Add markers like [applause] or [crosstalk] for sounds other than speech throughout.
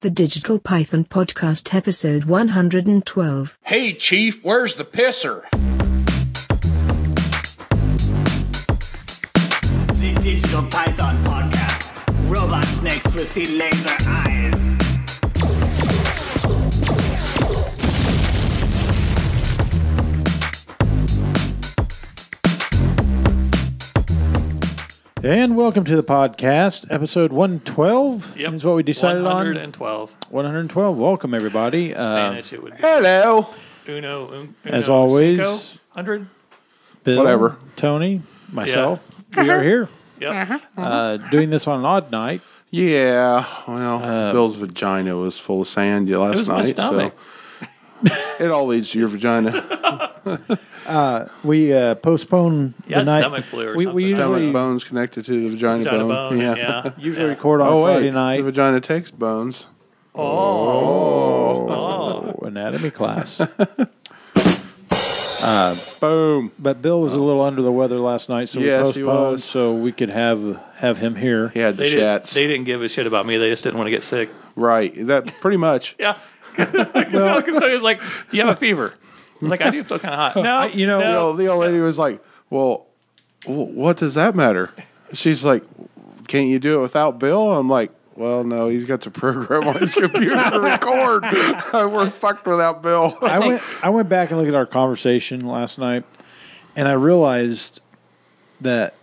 The Digital Python Podcast, episode 112. Hey, Chief, where's the pisser? The Digital Python Podcast. Robot snakes will see laser eyes. And welcome to the podcast, episode 112 Yep. is what we decided 112. on. 112. Welcome, everybody. Uh, Spanish, it would be Hello. uno, un, uno as always- cinco, 100. Uh, Bill, Whatever. Tony, myself, we Uh-huh. are here Yep. Uh-huh. uh, doing this on an odd night. Yeah, well, Bill's vagina was full of sand yeah, last Uh, was my night, so stomach. [laughs] it all leads to [laughs] your vagina. We uh, postpone Yeah, the night. stomach flu or we, we something. usually, Stomach bones connected to the vagina, Vagina bone, yeah. [laughs] usually record on [laughs] Oh Friday wait, night the vagina takes bones. for oh, anatomy [laughs] class. Boom. but Bill was a little under the weather last night, so we Yes, he postponed was. so we could have have him here. He had the They, didn't, chats. they didn't give a shit about me. They just didn't want to get sick. right. That pretty much. Yeah. well, [laughs] so he was like, Do you have a fever? I was like, I do feel [laughs] kind of hot. [laughs] No. you know- The no. old, the old lady was like, "Well, wh- what does that matter?" She's like, "Can't you do it without Bill?" I'm like, "Well, no, he's got the program on his [laughs] computer to record. [laughs] We're fucked without Bill." I went I went back and looked at our conversation last night, and I realized that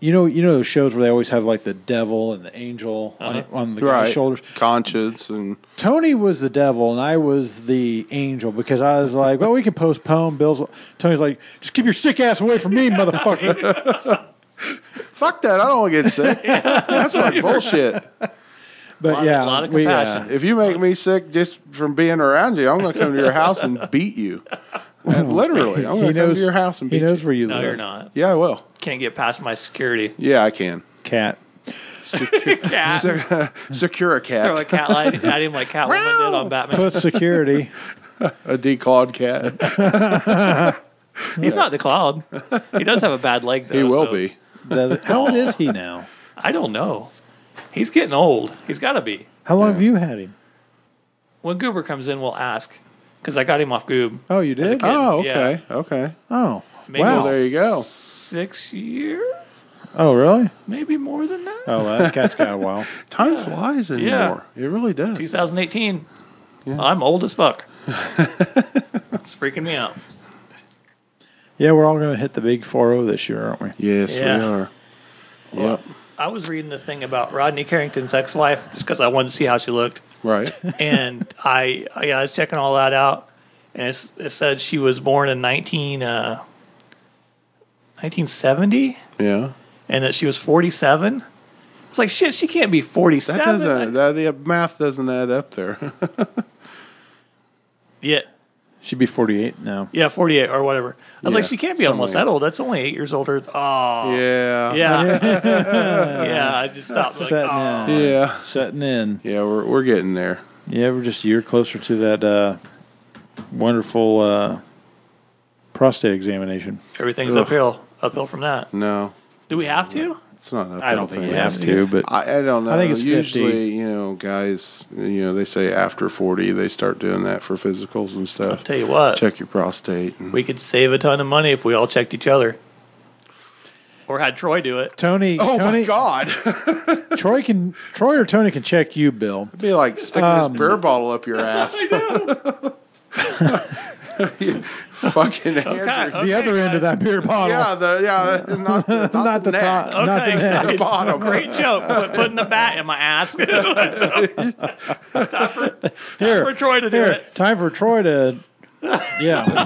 you know you know those shows where they always have like the devil and the angel on, Uh-huh. on the guy's shoulders. conscience, and Tony was the devil and I was the angel because I was like, well, we can postpone Bill's. Tony's like, just keep your sick ass away from me, [laughs] motherfucker. fuck that. I don't want to get [laughs] sick. That's like bullshit. But Lot- yeah, lot of we, uh, compassion. If you make me sick just from being around you, I'm going to come to your house and beat you. And [laughs] literally, I'm Oh, he going to come knows to your house and beat he knows you. where you no, live. [laughs] you're not. yeah, I will. Can't get past my security. Yeah, I can. cat. Ah. [laughs] Cat. Secure [laughs] Throw a cat, a cat light at him like Catwoman did on Batman. Put [laughs] security. a declawed cat. [laughs] He's not the cloud. He does have a [laughs] bad leg, though. He will so- be. Does it- How old is he now? I don't know. He's getting old. He's got to be. How long have you had him? When Goober comes in, we'll ask because I got him off Goob. Oh, you did? kid. Oh, Yeah. okay. Okay. Oh, Maybe wow. Well, there you go. Six years, Oh, really? maybe more than that. Oh, well, that cat's got a while. Time flies anymore. It really does. 2018. I'm old as fuck. it's freaking me out. [laughs] Yeah, we're all going to hit the big 4 this year, aren't we? Yes, we Yeah. are. Yep. I was reading this thing about Rodney Carrington's ex-wife just because I wanted to see how she looked, [laughs] Right. and I, I, I was checking all that out, and it's, it said she was born in 19 uh, 1970, Yeah. and that she was 47. It's like shit. She can't be That 47. doesn't. That, the math doesn't add up there. [laughs] yeah, She'd be 48 now. yeah, 48 or whatever. I was like, Yeah, she can't be almost that old. That's only eight years older. Oh, [laughs] yeah. Yeah. [laughs] yeah, I just stopped. Like, Setting "Oh." in. Yeah. Setting in. Yeah. We're we're getting there. Yeah, we're just a year closer to that uh, wonderful uh, prostate examination. Everything's uphill, uphill from that. No, Do we have to? it's not. Up I don't think you it is. have to, but I, I don't know. I think it's 50. usually you know guys. You know they say after forty they start doing that for physicals and I'll stuff. tell you what, Check your prostate. and- we could save a ton of money if we all checked each other, or had Troy do it. Tony, Oh Tony, God! Troy can Troy or Tony can check you, Bill. It'd [laughs] be like sticking Um, this beer bottle [laughs] up your ass. You [laughs] Fucking hands are- the other end of that beer bottle, Yeah, the [laughs] yeah, not, the- not, not the, the, neck. top, not the Okay. neck. [laughs] the bottom. Great joke, but putting the bat in my ass. Time for, time Here, [laughs] for Troy to do here, it. time for Troy [laughs] to. Yeah, [laughs]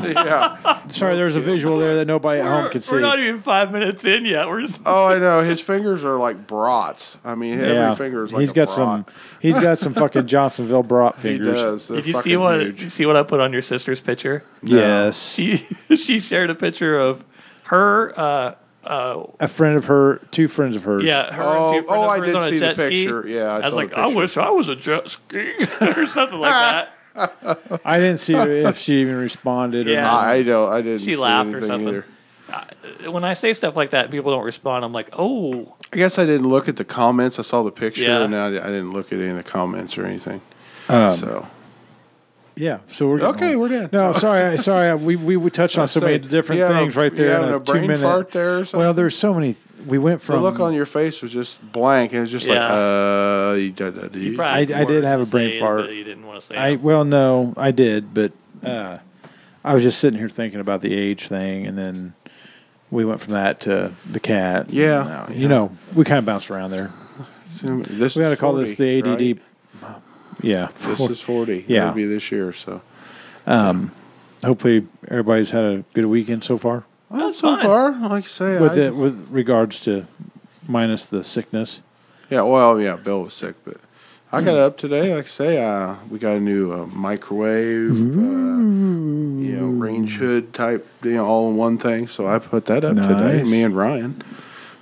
Yeah. sorry. There's a visual there that nobody at home We're, can see. we're not even five minutes in yet. We're just, Oh, I know. His fingers are like brats. I mean, every yeah, finger is like he's a got brat. some. [laughs] He's got some [laughs] fucking Johnsonville brat He fingers. does. They're did you see fucking what? huge. Did you see what I put on your sister's picture? Yes, She [laughs] she shared a picture of her. Uh, a friend of her, two friends of hers. Yeah. Her Oh, and two friends oh, of I hers did on a see the jet ski. picture. Yeah, I I, saw was the like, I picture. Ah. wish I was a jet ski [laughs] or something like that. I didn't [laughs] see if she even responded. Or Yeah. not. I don't. I didn't. She see laughed or anything something. Either. When I say stuff like that, people don't respond. I'm like, oh, I guess I didn't look at the comments. I saw the picture, Yeah. and I, I didn't look at any of the comments or anything. Um, so Yeah. So we're getting Okay, old. we're done. No, sorry, [laughs] I- sorry. I- We we, we touched on so many say, different you had a- things right there. you in had a a brain two-minute- fart there or Well, something? there's so many. We went the from look on your face was just blank, and it's just like Yeah. uh, you da- da- da- You you- probably I- I did wanted have to a brain say it, fart. but you didn't want to say I it. well, no, I did, but uh, I was just sitting here thinking about the age thing, and then we went from that to the cat. Yeah, And, uh, yeah. you know, we kind of bounced around there. this We got to is call this 40, the ADD. right? Yeah, This is forty. Yeah. it'll be this year. So hopefully everybody's had a good weekend so far. well, so fine. far, like you say, with I it, just- with regards to minus the sickness. yeah. Well, yeah, Bill was sick, but I got up today. Like I say, uh, we got a new uh, microwave, uh, you know, range hood type, you know, all in one thing. So I put that up today. Nice. Me and Ryan.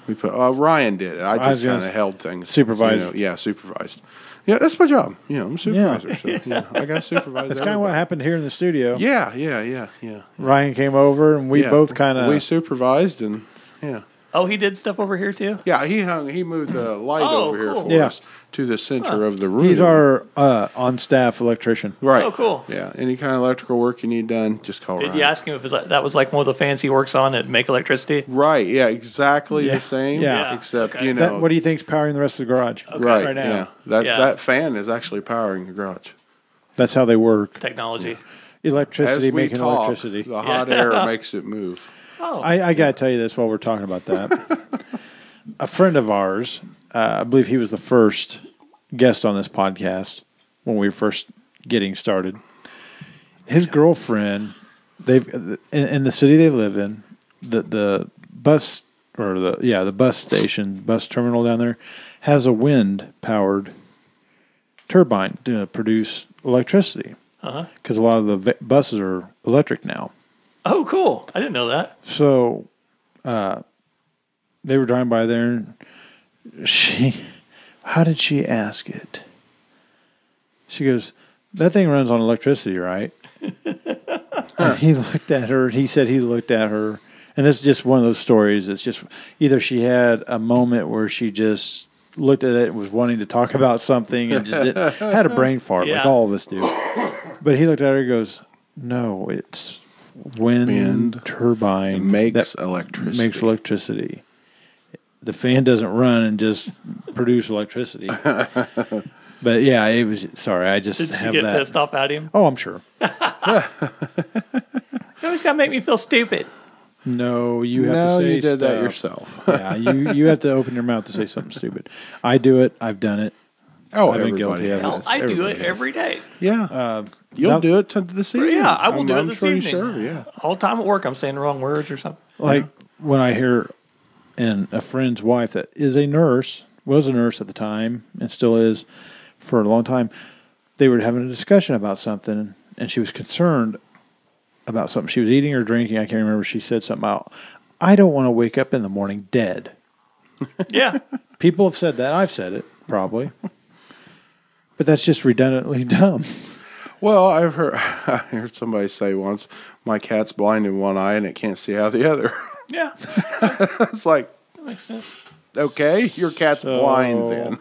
We put. Uh, Ryan did it. I was just kind gonna of held things supervised. you know, yeah, supervised. Yeah, that's my job. You know, I'm a Yeah. supervisor. So, you know, [laughs] I got supervised. That's kind of what happened here in the studio. Yeah, yeah, yeah, yeah. Ryan came over, and we Yeah. both kind we of. supervised and yeah, oh, he did stuff over here too. yeah. He hung. He moved the light Oh, over cool. here for Yeah. us to the center of the room. He's our uh, on-staff electrician. right. Oh, cool. Yeah. Any kind of electrical work you need done, just call. Did Ryan. you ask him if it's like, that was like one of the fans he works on at Make Electricity? Right. Yeah. Exactly Yeah. the same. Yeah. Except Okay. you know. That, what do you think's powering the rest of the garage right. right now? Yeah. That Yeah. that fan is actually powering the garage. That's how they work. Technology. As Electricity we making talk, electricity. the [laughs] hot air makes it move. Oh, I, I got to tell you this while we're talking about that. [laughs] a friend of ours, uh, I believe he was the first guest on this podcast when we were first getting started. His girlfriend, they've in, in the city they live in, the the bus or the yeah the bus station bus terminal down there has a wind powered turbine to produce electricity uh-huh. because a lot of the v- buses are electric now. oh, cool. I didn't know that. So uh, they were driving by there, and she, [laughs] how did she ask it? She goes, That thing runs on electricity, right? and he looked at her, he said he looked at her. And this is just one of those stories. It's just either she had a moment where she just looked at it and was wanting to talk about something and just didn't, had a brain fart, like Yeah. all of us do. But he looked at her and goes, No, it's wind, Wind turbine Makes that electricity. makes electricity. The fan doesn't run and [laughs] just produce electricity. but yeah, it was sorry, I just Did she have get that. pissed off at him? Oh, I'm sure. You always got to make me feel stupid. No, you have no, to say you did that stuff. yourself. yeah, you you have to open your mouth to say something stupid. I do it. I've done it. Oh, I've been everybody guilty of Uh, has. Hell, I do Everybody it has. every day. Yeah. You'll now- do it to this evening. Yeah, I will I'm- do it I'm this pretty evening. Sure, yeah. All the time at work, I'm saying the wrong words or [laughs] something. Like when I hear and a friend's wife that is a nurse, was a nurse at the time and still is for a long time, they were having a discussion about something and she was concerned about something she was eating or drinking. I can't remember. She said something about, I don't want to wake up in the morning dead. Yeah. People have said that. I've said it probably. [laughs] But that's just redundantly [laughs] dumb. Well, I've heard [laughs] I heard somebody say once, my cat's blind in one eye and it can't see out the other. [laughs] yeah. it's like, That makes sense. okay, your cat's blind then.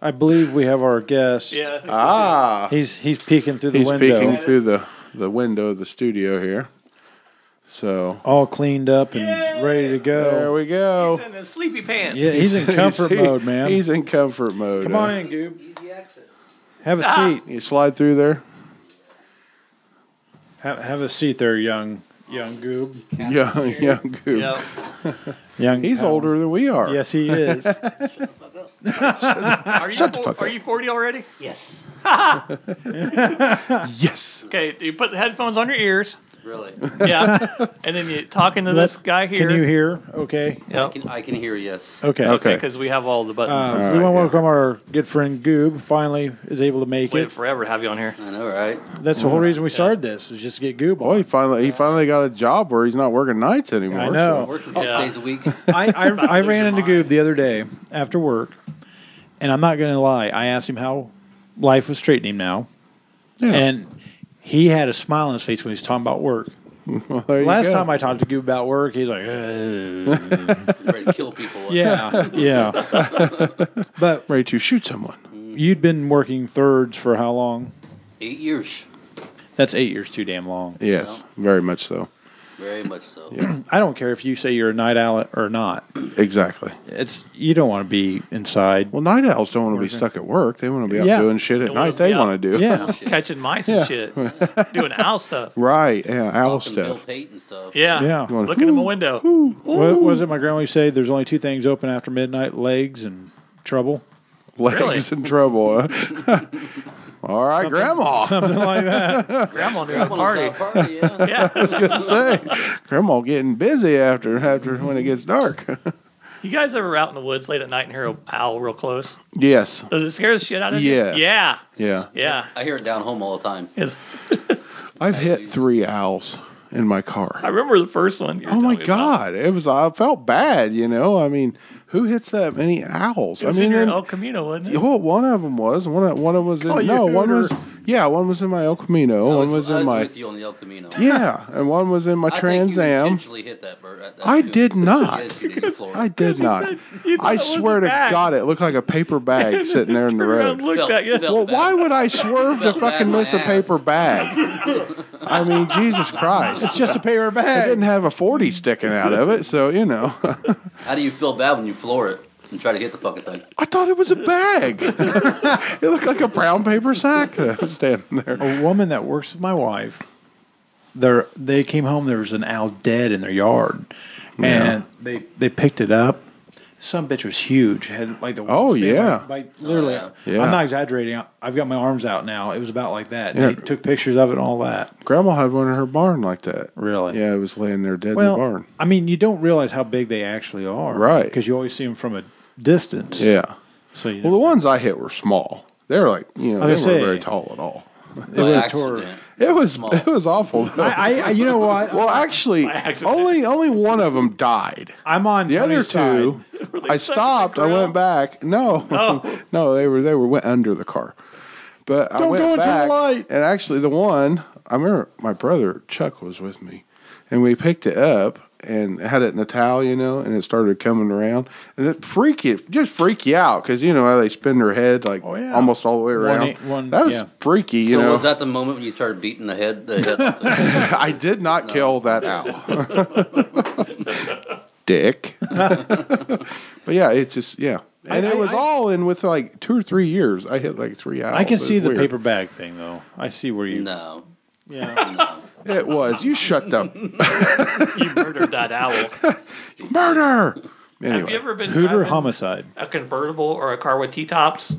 I believe we have our guest. Yeah. I think so, too. ah, He's he's peeking through the he's window, peeking through the the window of the studio here. So all cleaned up and ready to go. there we go. He's in his sleepy pants. Yeah, [laughs] he's in comfort He's- he- mode, man. He's in comfort mode. Come on Uh, in, Goob. Easy access. Have a Ah. seat. You slide through there. Have, have a seat there, young young Goob. Young, young goop. Yeah. Young. He's pal. older than we are. Yes, he [laughs] is. Are you, the fo- fuck are up. you 40 already? Yes. Yes. Okay. You put the headphones on your ears. Really? Yeah. and then you talking to this guy here. Can you hear? Okay. I, can, I can hear yes. Okay. Okay. Because we have all the buttons. Uh, All we right, want to yeah. welcome our good friend Goob. Finally, is able to make Waited it. forever to have you on here. I know, right? That's the whole reason we started this is just to get Goob Boy, he on. finally he finally got a job where he's not working nights anymore. I know. I'm working six Yeah. days [laughs] a week. I, [laughs] I, I ran lose into your Goob the other day after work, and I'm not going to lie. I asked him how life was treating him now, so- yeah. and he had a smile on his face when he was talking about work. Well, there you Last go. time I talked to Goob about work, he's like, "Ugh." ready to kill people. [laughs] yeah, yeah. But ready to shoot someone. you'd been working thirds for how long? Eight years. That's eight years too damn long. Yes, very much so. Very much so. I don't care if you say you're a night owl or not. Exactly. It's you don't want to be inside. Well, night owls don't want to be stuck at work. They want to be out Yeah. doing shit at They wanna night. They be want out. to do. [laughs] Yeah, catching mice and shit, doing owl stuff. Right. Yeah. Owl Talking Bill stuff. Payton stuff. Yeah, Yeah. You wanna- Looking in my window. What was it my grandma used to say? There's only two things open after midnight legs and trouble. Legs in trouble. [laughs] huh? All right, [laughs] Grandma. Something like that. Grandma doing a That one's party. a party, [laughs] yeah. Yeah, Say, Grandma getting busy after after when it gets dark. [laughs] you guys ever out in the woods late at night and hear an owl real close? yes. Does it scare the shit out of Yes. you? Yeah, Yeah. yeah. I hear it down home all the time. It's- I've hit geez. three owls in my car. I remember the first one. you were Oh my telling me about. God! It was. I felt bad. You know. I mean, who hits that many owls? It was I mean, in your and- El Camino, wasn't it? well, one of them was one. Of, one of 'em was in. Oh, you no, one hooter. was. Yeah, one was in my El Camino. I one was, I in my. with you on the El Camino. Yeah, and one was in my [laughs] I Trans think you Am. intentionally hit that bird. That, that I too. did not. Yes, you did. You floored [laughs] I it. did not. you thought I it was a swear to bag. God, it looked like [laughs] a paper bag sitting there in the Turned around road. and looked Felt- at you. felt Well, bad. why would I swerve to Felt bad fucking in my miss a ass. paper bag? [laughs] I mean, Jesus Christ. It's just a paper I bag. didn't have a 40 sticking out of it, so, you know. How do you feel bad when you floor it and try to hit the fucking thing? I thought it was [laughs] a bag. it looked like a brown paper sack that was standing there. a woman that works with my wife there they came home there was an owl dead in their yard and they they picked it up some bitch was huge had like the wings Oh, big, yeah. like, like, literally Yeah. i'm not exaggerating I- i've got my arms out now it was about like that Yeah. they took pictures of it and all that Grandma had one in her barn like that. Really? Yeah, it was laying there dead well in the barn. i mean you don't realize how big they actually are Right. because you always see them from a distance Yeah. so you Well, the ones I hit were small. They were like, you know, I they weren't was gonna say- very tall at all. By would've tore- accident. It was Small. it was awful. Though. I, I you know what well, actually, accident. only only one of them died. i'm on The other Tony's side. two, [laughs] I stuck in the stopped. I grill? went back. No, Oh. [laughs] no, they were they were went under the car. But I Don't went go into the back, light. And actually, the one I remember, my brother Chuck was with me, and we picked it up and had it in a towel, you know, and it started coming around, and it freak you, just freak you out because you know how they spin their head like Oh, yeah. almost all the way One around. eight- one- that was yeah. freaky, you so know. was that the moment when you started beating the head? [laughs] The head off the- [coughs] I did not kill that owl. Dick. but yeah, it's just yeah. And I- it was I- all in with like two or three years. I hit like three hours. i can see the paper bag thing though i see where you no. yeah No. It was. You shut [laughs] the You murdered that [laughs] owl. murder. Have you Anyway, ever been Hooter driving homicide. a convertible or a car with t tops,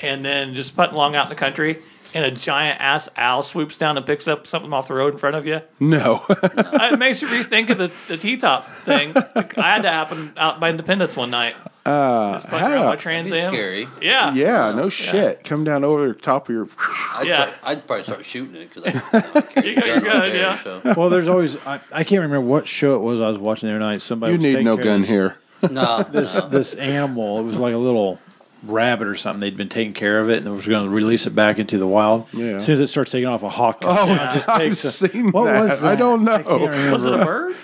and then just putting along out in the country, and a giant ass owl swoops down and picks up something off the road in front [laughs] of you? [laughs] no. it makes you rethink of the, the T-top thing. I had that happen out by Independence one night. Uh, Just fucking had around a- my Trans It'd be Am. scary. Yeah. yeah, no shit. Come down over the top of your. I'd, Yeah. start, I'd probably start shooting it [laughs] because I, I carry a You're gun all good, day, yeah. so. [laughs] Well, there's always I, I can't remember what show it was I was watching the other night. Somebody You was need taking no care of gun this- here. No, This this animal. It was like a little rabbit or something. They'd been taking care of it and they was going to release it back into the wild. Yeah. As soon as it starts taking off, a hawk. Oh, it just [laughs] I've takes. a- seen what that. was that? I don't I can't know. remember. Was it [laughs] a bird?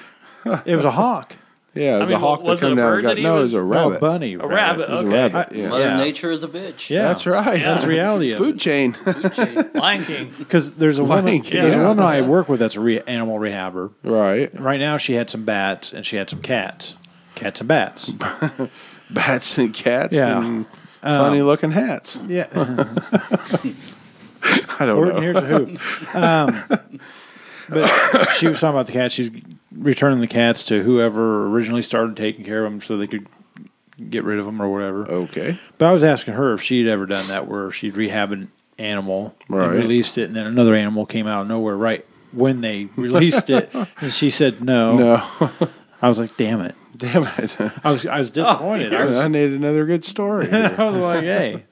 It was a hawk. Yeah, it was mean, a hawk that was it came a down bird and got. that he No, it was- was No, a rabbit. a bunny. A rabbit. It was a Okay. rabbit. Yeah. Mother Yeah. Nature is a bitch. Yeah, That's right. [laughs] That's reality. Food chain. [laughs] Lion King. Because there's a woman. Like, There's a yeah. woman I work with that's a re- animal rehabber. right. Right now, she had some bats and she had some cats. Cats and [laughs] bats. Bats and cats Yeah. Um, and funny looking hats. Yeah. I don't know. Orton, here's a who. [laughs] Um, but she was talking about the cats. She's returning the cats to whoever originally started taking care of them so they could get rid of them or whatever. [laughs] Okay. But I was asking her if she'd ever done that where she'd rehab an animal Right. and released it, and then another animal came out of nowhere right when [laughs] they released it. And she said no. No. Oh, I was like, damn it. Damn it. I was, I was disappointed. I, was, I need another good story. [laughs] here. I was like, hey.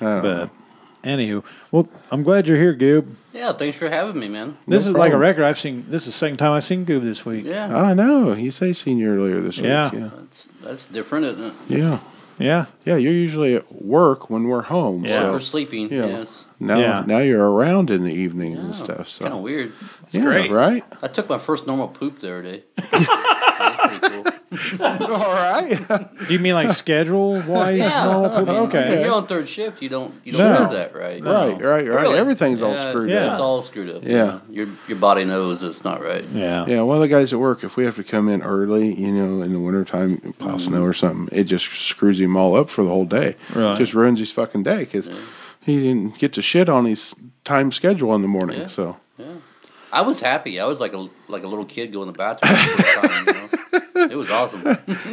But anywho, well, I'm glad you're here, Goob. Yeah, thanks for having me, man. This is No like a problem. record I've seen. This is the second time I've seen Goob this week. Yeah, I know. You say senior earlier this Yeah. week. Yeah. that's that's different, isn't it? Yeah. Yeah. Yeah. You're usually at work when we're home. Yeah. So We're sleeping. Yeah. Yes, now, Yeah. now you're around in the evenings and stuff. So kind of weird. yeah, great. right? I took my first normal poop the other day. That was pretty cool. All right. Do you mean like schedule wise? Yeah. I mean, When okay. you're on third shift, you don't you don't Sure. know that, right? Right, right, right. Really? Everything's all Yeah, screwed yeah. up. It's all screwed up. Yeah. Your your body knows it's not right. Yeah. Yeah, one of the guys at work, if we have to come in early, you know, in the wintertime, plow snow or something, it just screws him all up for the whole day. Right. Just ruins his fucking day because he didn't get to shit on his time schedule in the morning. Yeah. So, I was happy. I was like a like a little kid going to the bathroom. for the first time, you know? It was awesome.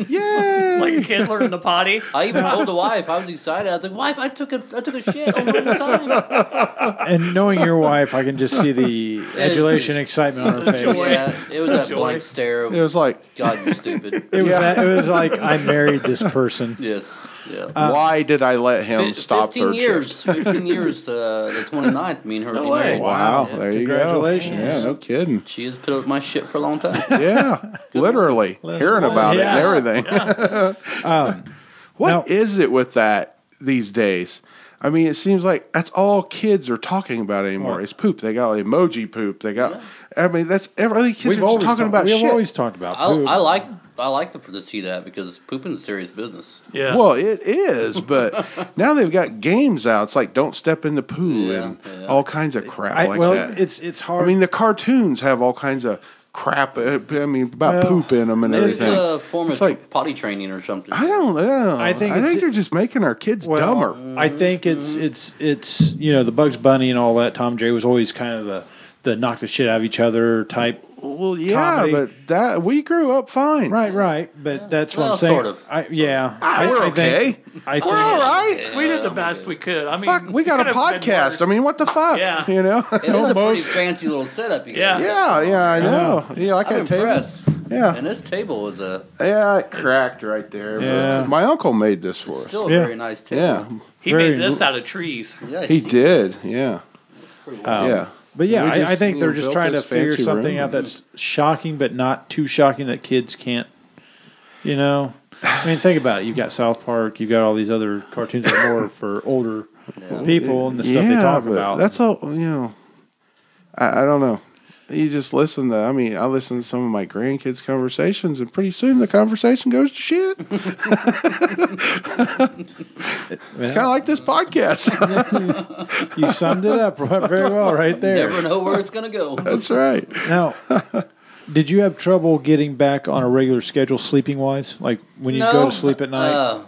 yeah. Like a kid learning to [laughs] potty. I even told the wife I was excited. I was like, "Wife, I took a I took a shit on my own time." And knowing your wife, I can just see the adulation, excitement on her face. Yeah, it was that Joy. blank stare. Of, it was like, God, you're [laughs] stupid. It was that, it was like I married this person. yes, yeah. why did I let him Fif- stop Fifteen third years. shift? [laughs] Fifteen years. Uh, the 29th, Me and her. No being way. married. Wow, there you go. Congratulations. Yeah, no kidding. She has put up with my shit for a [laughs] long time. Yeah, literally hearing about Yeah. it and everything. [laughs] now- What is it with that these days? I mean, it seems like that's all kids are talking about anymore. It's poop. They got emoji poop. They got. I mean, that's every all these kids We've are just always talking talked- about We've shit. always talked about I, poop. I like I like the, to see that because pooping's serious business. Yeah. Well, it is, but now they've got games out. It's like don't step in the poo Yeah, and yeah. all kinds of crap I- like well, that. it's it's hard. I mean, the cartoons have all kinds of crap. uh, I mean, about Well, poop in them and Maybe it's everything. a form of It's like- potty training or something. I don't know. I I think think I it's- think they're just making our kids Well, dumber. I think it's it's it's you know the Bugs Bunny and all that. Tom Jay was always kind of the the knock the shit out of each other type. Well, yeah, comedy. but that we grew up fine. Right, right. But that's what Well, I'm saying. sort of. I, yeah, Ah, I, we're I think- okay. I We're think all right. we did the best we could. I mean, Fuck, we got a could have been podcast. I worse. mean, what the fuck? Yeah. You know? It is a pretty fancy little setup. You Yeah. guys got yeah, going on. yeah, I know. Yeah, like I'm that table. impressed. Yeah. And this table is a Yeah, it cracked right there. Yeah. My uncle made this for us. still a Yeah. very nice table. Yeah. he very- made this out of trees. Yeah, He see, did. Uh, Yeah. pretty well. Yeah. But yeah, We I, I just, think you they're know, just built trying to this figure fancy something room. out that's shocking, but not too shocking that kids can't. You know, I mean, think about it. You've got South Park. You've got all these other cartoons that are more for older people and the stuff they talk but about. That's all, you know. I, I don't know. You just listen to, I mean, I listen to some of my grandkids' conversations, and pretty soon the conversation goes to shit. [laughs] it's kind of like this podcast. [laughs] [laughs] you summed it up [laughs] very well right there. Never know where it's [laughs] gonna go. That's right. Now, did you have trouble getting back on a regular schedule sleeping wise? Like when you go to sleep at night? uh,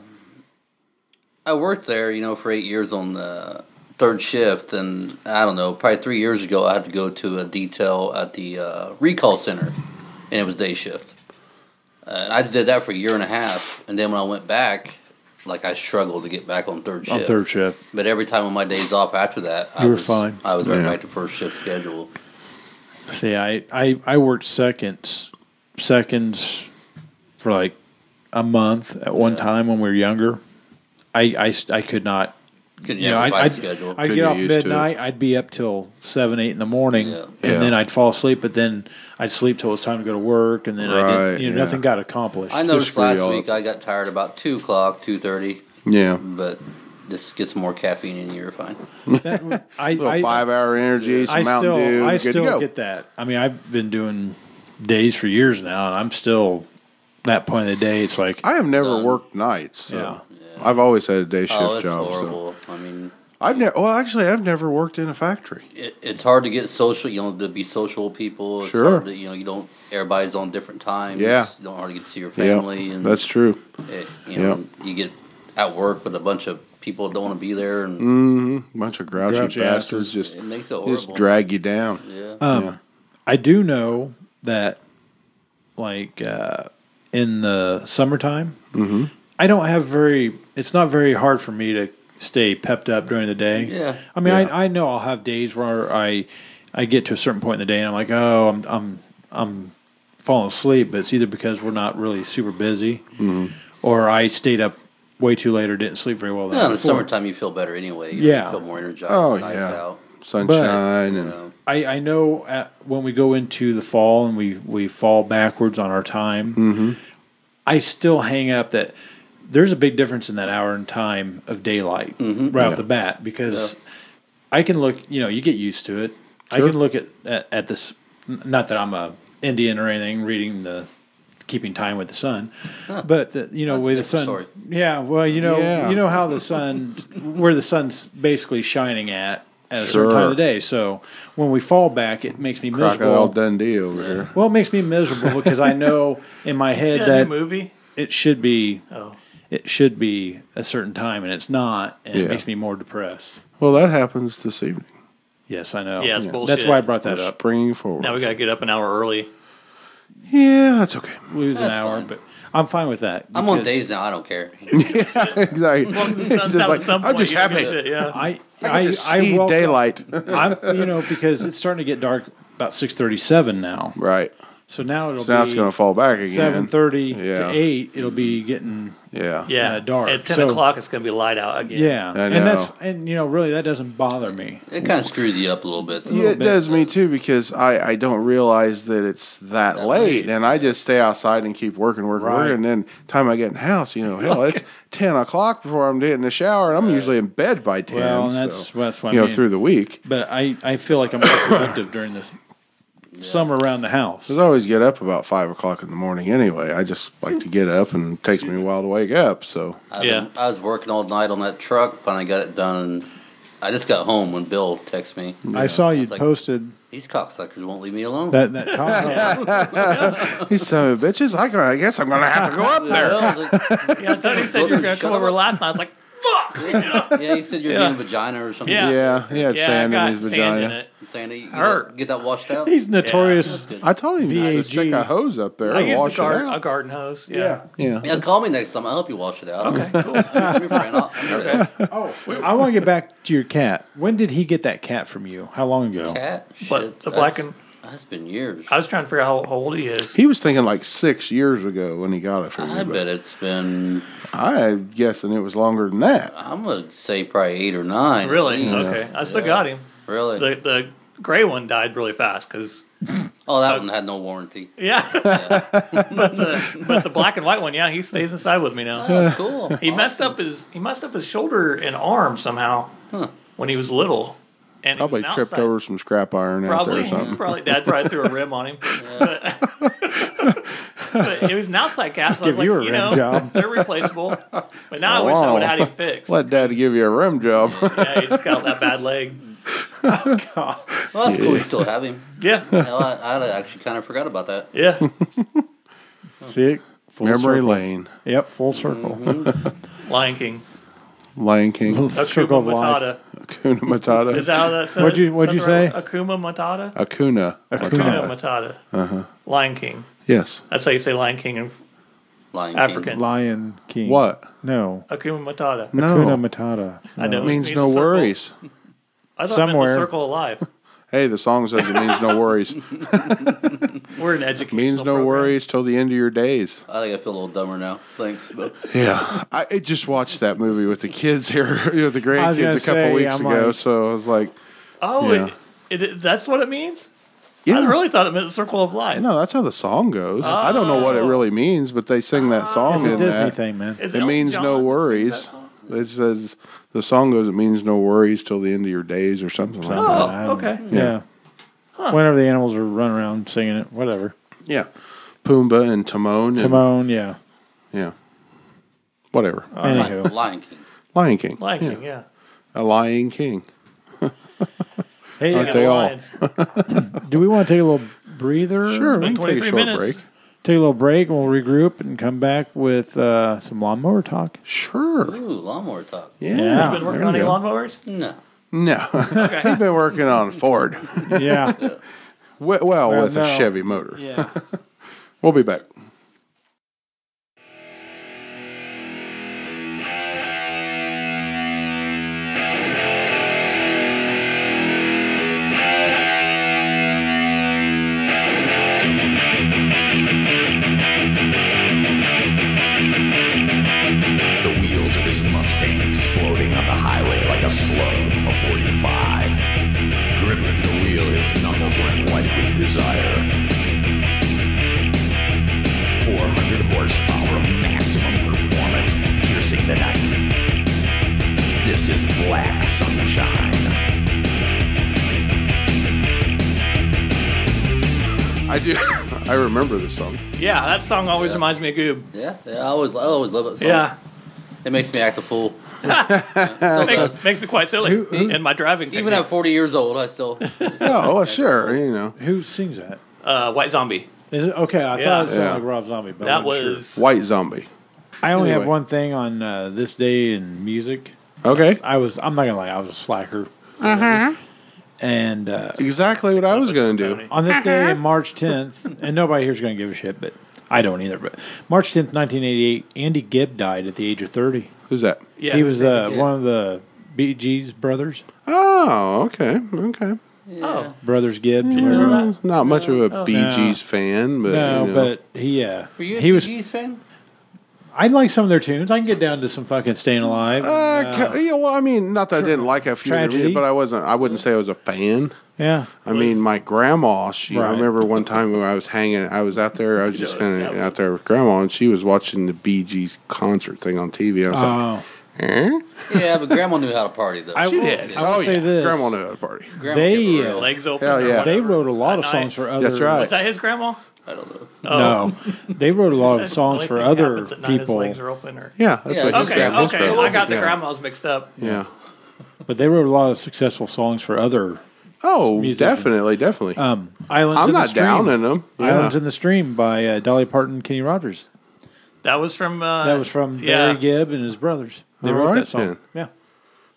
I worked there, you know, for eight years on the third shift, and I don't know, probably three years ago, I had to go to a detail at the uh, recall center, and it was day shift. Uh, and I did that for a year and a half, and then when I went back, like I struggled to get back on third shift. on third shift. But every time on my days off after that, I You were was fine. I was right Yeah. back to first shift schedule. See, I, I, I worked seconds, seconds for like a month at one time when we were younger. I, I, s- I could not, Couldn't you know, have a I, bite I'd, schedule. I'd Couldn't get get off used to it. midnight. I'd be up till seven, eight in the morning, Yeah. and Yeah. then I'd fall asleep. But then I'd sleep till it was time to go to work, and then I Right, didn't, you know, yeah. nothing got accomplished. I noticed screw last y'all week up. I got tired about two o'clock, two thirty, Yeah. but just get some more caffeine and you're fine. That- I, Little I- five hour energy, some I Mountain still, Dew. I good to go. still get that. I mean, I've been doing days for years now, and I'm still that point of the day. It's like, I have never Done. worked nights. So Yeah. I've always had a day shift oh, it's job. So. horrible. I mean, I've never. Well, actually, I've never worked in a factory. it, it's hard to get social. You know, to be social with people. It's Sure. Hard to, you know, you don't. Everybody's on different times. Yeah. You don't hard to get to see your family. yeah, and that's true. it, you know, you get at work with a bunch of people that don't want to be there, and bunch of grouchy, Grouchy bastards just it makes it horrible. Mm. just Oh, drag you down. yeah. um, yeah. I do know that, like, uh, in the summertime, Mm-hmm. I don't have very. It's not very hard for me to stay pepped up during the day. Yeah. I mean, Yeah. I, I know I'll have days where I, I get to a certain point in the day and I'm like, oh, I'm, I'm, I'm falling asleep. But it's either because we're not really super busy, Mm-hmm. or I stayed up way too late or didn't sleep very well. Yeah, in the before. summertime you feel better anyway. You Yeah. you feel more energized. Oh, it's nice yeah. out. Sunshine You and know. I, I know at, when we go into the fall and we, we fall backwards on our time, Mm-hmm. I still hang up that there's a big difference in that hour and time of daylight Mm-hmm. right off the bat because I can look, you know, you get used to it. I Sure. can look at, at, at this, n- not that I'm a Indian or anything, reading the keeping time with the sun. But the, you know, That's a with the sun, different story. yeah. Well, you know, Yeah. you know how the sun, where the sun's basically shining at at a certain Sure. time of the day. So when we fall back, it makes me Crocodile miserable. Dundee over here. Well, it makes me miserable because I know in my [laughs] Is head that a that new movie? it should be Oh. it should be a certain time and it's not, and Yeah. it makes me more depressed. Well, that happens this evening. Yes, I know. Yeah, it's That's bullshit. why I brought We're that up. springing forward. Now we got to get up an hour early. yeah, that's okay. [laughs] Lose an That's hour, fine. but I'm fine with that. I'm on because days now. I [laughs] don't care. exactly. As long as the sun's [laughs] Just out like, at some I'm point, just you don't give happy. a shit, Yeah. I I, I, can just see I welcome- [laughs] daylight. I'm you know because it's starting to get dark about six thirty seven now. right. So now it'll So now be it's going to fall back again. seven thirty Yeah. to eight. It'll be getting Yeah. Yeah. uh, dark, At 10 so- o'clock, it's going to be light out again. yeah, I and that's know. and you know really that doesn't bother me. It kind of screws you up a little bit. Yeah, it does me too because I, I don't realize that it's that late, and I just stay outside and keep working, working, Right. working. And then time I get in the house, you know, [laughs] hell, it's ten o'clock before I'm getting in the shower, and I'm usually in bed by ten. Well, and that's- so, that's what I you know mean. through the week. But I I feel like I'm more productive during the summer around the house. 'Cause I always get up about five o'clock in the morning anyway. I just like to get up, and it takes me a while to wake up. [laughs] So I've Yeah. been- I was working all night on that truck, but I got it done. I just got home when Bill texted me. I saw you It's like- posted These cocksuckers won't leave me alone. that that [laughs] Tahoe. these son of bitches, I, gonna, I guess I'm gonna have to go up there. [laughs] oh, [laughs] Yeah, Tony said you were going to come over last night. I was like, fuck. yeah, you said you're Yeah. getting a vagina or something. Yeah. Yeah, he had Yeah, sand I got in his sand vagina. in it. Saying that you Her. get, get that washed out. He's notorious. I told him to VAG. stick a hose up there I and used a, wash it gar- a out. garden hose. Yeah. Yeah, Yeah, call me next time. I'll help you wash it out. Okay, [laughs] cool. I'm your friend. I'll, I'm your Okay. Oh, I want to get back to your cat. When did he get that cat from you? How long ago? cat. But Shit, the black that's- and- That's been years. I was trying to figure out how old he is. he was thinking like six years ago when he got it from me. I but- bet it's been. I'm guessing it was longer than that. I'm gonna say probably eight or nine. [laughs] at Really? least. Okay. I still Yeah. got him. Really? The the gray one died really fast because oh, uh, that one had [laughs] no warranty. yeah, but the but the black and white one, yeah, he stays inside with me now. Oh, [laughs] cool. He messed up his he messed up his shoulder and arm somehow when he was little, and he was Probably an tripped outside- over some scrap iron out Probably, there or something. probably dad probably threw a rim on him. [laughs] But, but it was an outside cat, so I was Give like, you a you rim know, job. [laughs] they're replaceable. But now I wish I Wow. would have had him fixed. Let daddy give you a rim job. [laughs] Yeah, he just got that bad leg. Well, that's cool. You still have him. Yeah, Hell, I, I actually kind of forgot about that. yeah. See it? Full Memory circle. lane. Yep, full circle. Mm-hmm. Lion King. Lion [laughs] King. Akuma circle of life. Matata. Is Akuna Matata. that how that said? What'd you- what'd you something say? right? Akuma Matata? Akuna. Akuma Akuna. Matata. Uh-huh. Lion King. Yes. That's how you say Lion King in Lion King. African. Lion King. What? No. Akuma Matata. No. Hakuna Matata. I know. It means Means no a circle. worries. I thought it meant Somewhere. the circle of life. Hey, the song says it means no worries. We're an educational means no program. worries till the end of your days. I think I feel a little dumber now. Thanks. But Yeah. I I just watched that movie with the kids here, [laughs] with the was gonna grandkids a couple say, weeks I'm ago. like- so I was like, Oh, Yeah. it, it, that's what it means? yeah. I really thought it meant the circle of life. no, that's how the song goes. I don't know what it really means, but they sing that song It's a in Disney that. thing, man. Is it Elton means John no that sings worries. that song? It says the song goes. It means no worries till the end of your days or something like that. Oh, I don't- okay. Yeah. Whenever the animals are running around singing it, whatever. Yeah, Pumbaa and Timon. And, Timon, yeah. Yeah, whatever. Anywho. Lion King. Lion King. Lion yeah. King, yeah. A Lion King. Hey, Aren't yeah. they all? lions. do we want to take a little breather? Sure, we can take a 23 short minutes. break. Take a little break and we'll regroup and come back with uh, some lawnmower talk. Sure. Ooh, lawnmower talk. Yeah. Yeah. Been working there on we any go. lawnmowers? No. No, he's been working on Ford. Yeah. Well, well Well, with a no. Chevy motor. yeah. We'll be back. The wheels of his Mustang exploding on the highway like a slug of 45. Gripping the wheel, his knuckles went white with desire. 400 horsepower of maximum performance, piercing the night. This is black sunshine. I do. [laughs] I remember this song. [laughs] Yeah, that song always reminds me of Goob. Yeah, yeah, I always, I always love it. So Yeah, it makes me act [laughs] a fool. Still makes, does. makes it quite silly Who- who- in my driving. Even at technique. forty years old, [laughs] I still. Oh, well, sure. You know, [laughs] Who sings that? uh, White Zombie. Is it, okay, I Yeah. thought it sounded Yeah. like Rob Zombie, but I That wasn't Oh, sure. was White Zombie. I only have Anyway. one thing on uh, this day in music. Okay, I was I'm not gonna lie, I was a slacker. And uh, exactly what I was going to do. on this Uh-huh. day in March 10th, and nobody here's gonna give a shit, but I don't either. But March 10th, 1988, Andy Gibb died at the age of 30. Who's that? yeah. he was uh, Gibb. one of the Bee Gees brothers, Oh, okay, okay. oh brothers Gibb. Mm-hmm. Uh, not much of a Bee No. Gees fan, but No, you know. but he uh, Were you a he was. Bee Gees fan? I like some of their tunes. I can get down to some fucking "Staying Alive." Uh, ca- yeah, well, I mean, not that I didn't like a few, of their Tragedy. music, but I wasn't. I wouldn't say I was a fan. yeah, I mean, my grandma. She. Right. I remember one time when I was hanging. I was out there. I was just kind of out there with grandma, and she was watching the Bee Gees concert thing on TV. I was Oh. like, eh? Yeah, but Grandma knew how to party though. I will- I will oh say yeah, this. grandma knew at a party. Grandma they, gave her a- uh, legs open. Hell or yeah. whatever. They wrote a lot of That songs night. for other. That's right. Was that his grandma? I don't know. No, they wrote a lot of [laughs] Said songs like for thing other happens at night, His people, legs are open. Or Yeah, that's Yeah, what it's his okay, grandma's okay. grandma. I got the yeah. grandmas mixed up. Yeah. but they wrote a lot of successful songs for other. Oh, Music. definitely, definitely. Um, Islands I'm in the not Stream. down in them. Islands Yeah. in the Stream by uh, Dolly Parton, and Kenny Rogers. That was from. Uh, That was from yeah. Barry Gibb and his brothers. They All wrote right, that song. then. Yeah,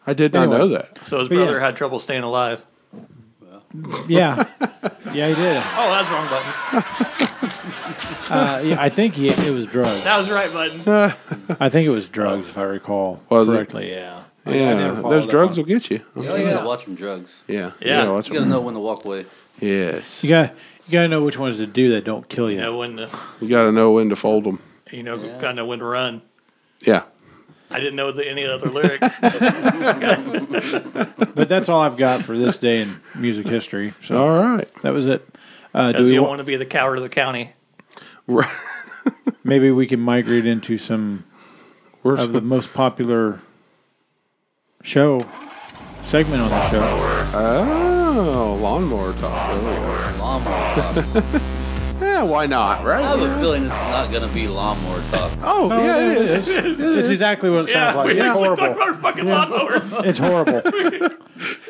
I did not Anyway. know that. So his But yeah. brother had trouble staying alive. yeah, yeah. [laughs] He did. Oh, that was the wrong button. Uh, yeah, I think he it was drugs. [laughs] That was the right button. I think it was drugs, if I recall Was it? correctly. Oh, Yeah. I- I never Yeah, followed those up drugs on will it. get you. Oh, you gotta watch them drugs. Yeah, Yeah. You gotta watch You gotta 'em. know when to walk away. Yes, You got you got to know which ones to do that don't kill you. you know when to, you got to know when to fold them. you know kind of know when to run. Yeah. I didn't know the, any [laughs] other lyrics. But that's all I've got for this day in music history. So [laughs] All right. that was it. Uh, do Because we you wa- don't want to be the coward of [laughs] the county. We're, maybe we can migrate into some [laughs] we're of the most popular show segment on the show. oh lawnmower talk. There we go. Lawnmower talk. Yeah, why not? Right? I have a feeling it's not gonna be lawnmower talk. Oh, yeah, it is. It's exactly what it sounds like. we It's actually talked horrible. about fucking [laughs] lawnmowers. It's horrible.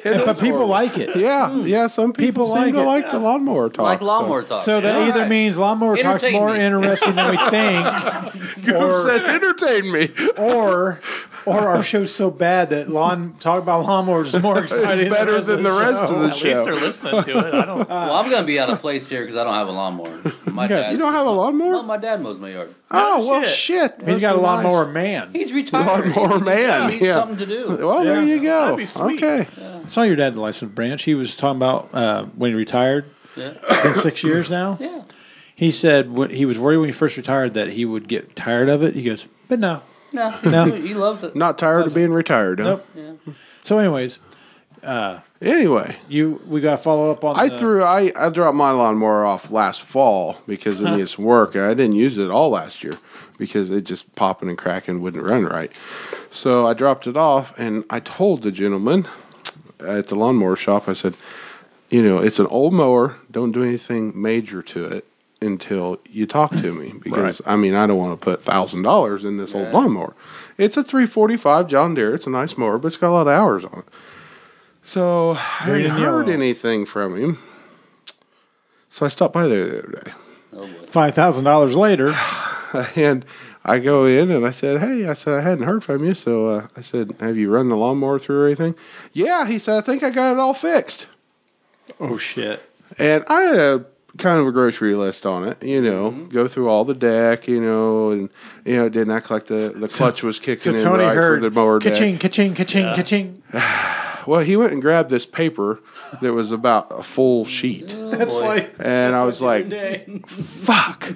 but people like it. Yeah, yeah. Some people, Hmm. People like seem to it. like the lawnmower talk. Like Oh, so- lawnmower talk. So that Yeah. either means lawnmower talks Entertain more me. interesting [laughs] than we think, Who or, says entertain me? or or our show's so bad that lawn talk about lawnmowers is more exciting. [laughs] It's better than than the rest of the At least they're show. listening to it. I don't. Well, I'm gonna be out of place here because I don't have a lawnmower. My dad. You don't have a Well, lawnmower? my dad mows my yard. Oh, well, shit. shit. He's must got a be lawnmower nice. man. He's retired. Lawnmower He- man, He needs yeah. something to do. Well, there Yeah. you go. That'd be sweet. Okay. I saw your dad in the license branch. He was talking about uh, when he retired. Yeah. Been six years now. yeah. He said when, he was worried when he first retired that he would get tired of it. He goes, but no. No, No. He, he loves it. Not tired of being retired, huh? Nope. So, anyways, Anyway, you we got to follow up on. I the- threw I, I dropped my lawnmower off last fall because it needed some work, and I didn't use it all last year because it just popping and cracking wouldn't run right. So I dropped it off, and I told the gentleman at the lawnmower shop, I said, you know, it's an old mower. Don't do anything major to it until you talk to me because I mean I don't want to put thousand dollars in this old lawnmower. It's a three forty five John Deere. It's a nice mower, but it's got a lot of hours on it. So I Green hadn't and yellow. heard anything from him. So I stopped by there the other day. [laughs] five thousand dollars [sighs] later. And I go in and I said, Hey, I said, I hadn't heard from you. So uh, I said, Have you run the lawnmower through or anything? Yeah, he said, I think I got it all fixed. Oh shit! And I had a kind of a grocery list on it, you know, Mm-hmm. go through all the deck, you know, and, you know, it didn't act like the, the clutch was kicking So in Tony right heard for the mower deck. ka-ching, ka-ching, ka-ching, ka-ching. Well, he went and grabbed this paper that was about a [laughs] full sheet. That's like And I was like, day. fuck.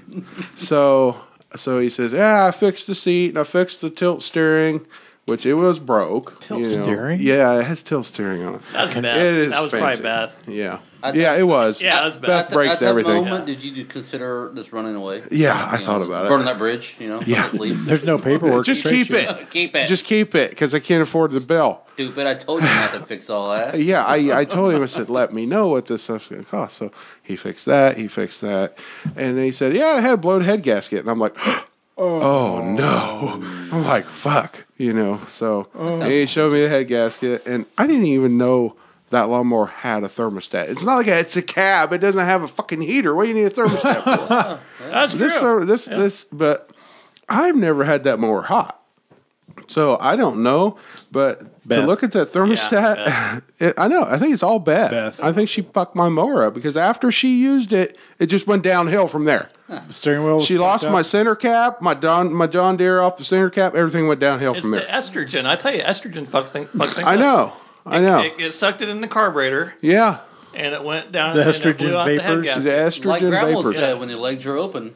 so so he says, Yeah, I fixed the seat and I fixed the tilt steering, which it was broke. Tilt you know. steering? Yeah, it has tilt steering on [laughs] it. That's bad. It is that was fancy. probably bad. Yeah. I- yeah, it was. Yeah, it was bad. Beth At the- breaks at that everything. moment, did you consider this running away? Yeah, I You thought know, about burning it. that bridge. You know, Yeah. [laughs] leave. There's no paperwork. Just to trace keep you. it. keep it. Just keep it because I can't afford the bill. stupid. I told you not to fix [laughs] all that. Yeah, I, I told him, I said, let me know what this stuff's going to cost. So he fixed that, he fixed that. And then he said, yeah, I had a blown head gasket. And I'm like, [gasps] oh, no. I'm like, fuck, you know. So and he showed me the head gasket, and I didn't even know that lawnmower had a thermostat. It's not like a, it's a cab, it doesn't have a fucking heater. What do you need a thermostat for? That's true. this summer, this this but I've never had that mower hot. So I don't know, but Beth. to look at that thermostat, [laughs] it, I know. I think it's all Beth. Beth. I think she fucked my mower up because after she used it, it just went downhill from there. The steering wheel. was She lost fucked my up. center cap, my Don, my John Deere off the center cap. Everything went downhill it's from the there. estrogen. I tell you, estrogen fucks thing. Fucks things I up. know, I know. It, it sucked it in the carburetor yeah, and it went down. The and it estrogen blew out the head vapors. the gasket. Like estrogen Gravel vapor. said, when your legs are open,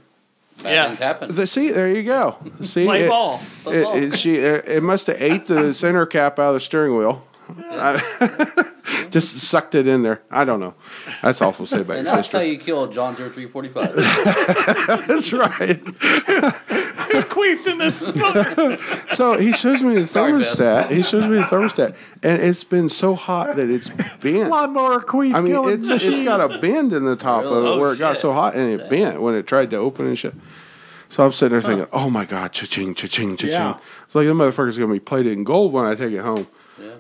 bad Yeah. things happen. The, see, there you go. See, Play it- [laughs] ball. It, it, she, it, it must have [laughs] ate the center cap out of the steering wheel. I- [laughs] just sucked it in there. I don't know. That's awful to say about and your that's how sister. you kill a John Deere 345. [laughs] That's right. Queefed in this. book. So he [laughs] shows me the Sorry, Beth. thermostat. He shows me the thermostat, and it's been so hot that it's bent. lawnmower queen. I mean, killing it's machine. it's got a bend in the top of it Really? where it Oh, got shit. so hot and it bent when it tried to open and shit. So I'm sitting there thinking, oh my god, cha-ching, cha-ching, cha-ching. Yeah. It's like the motherfucker's gonna be plated in gold when I take it home.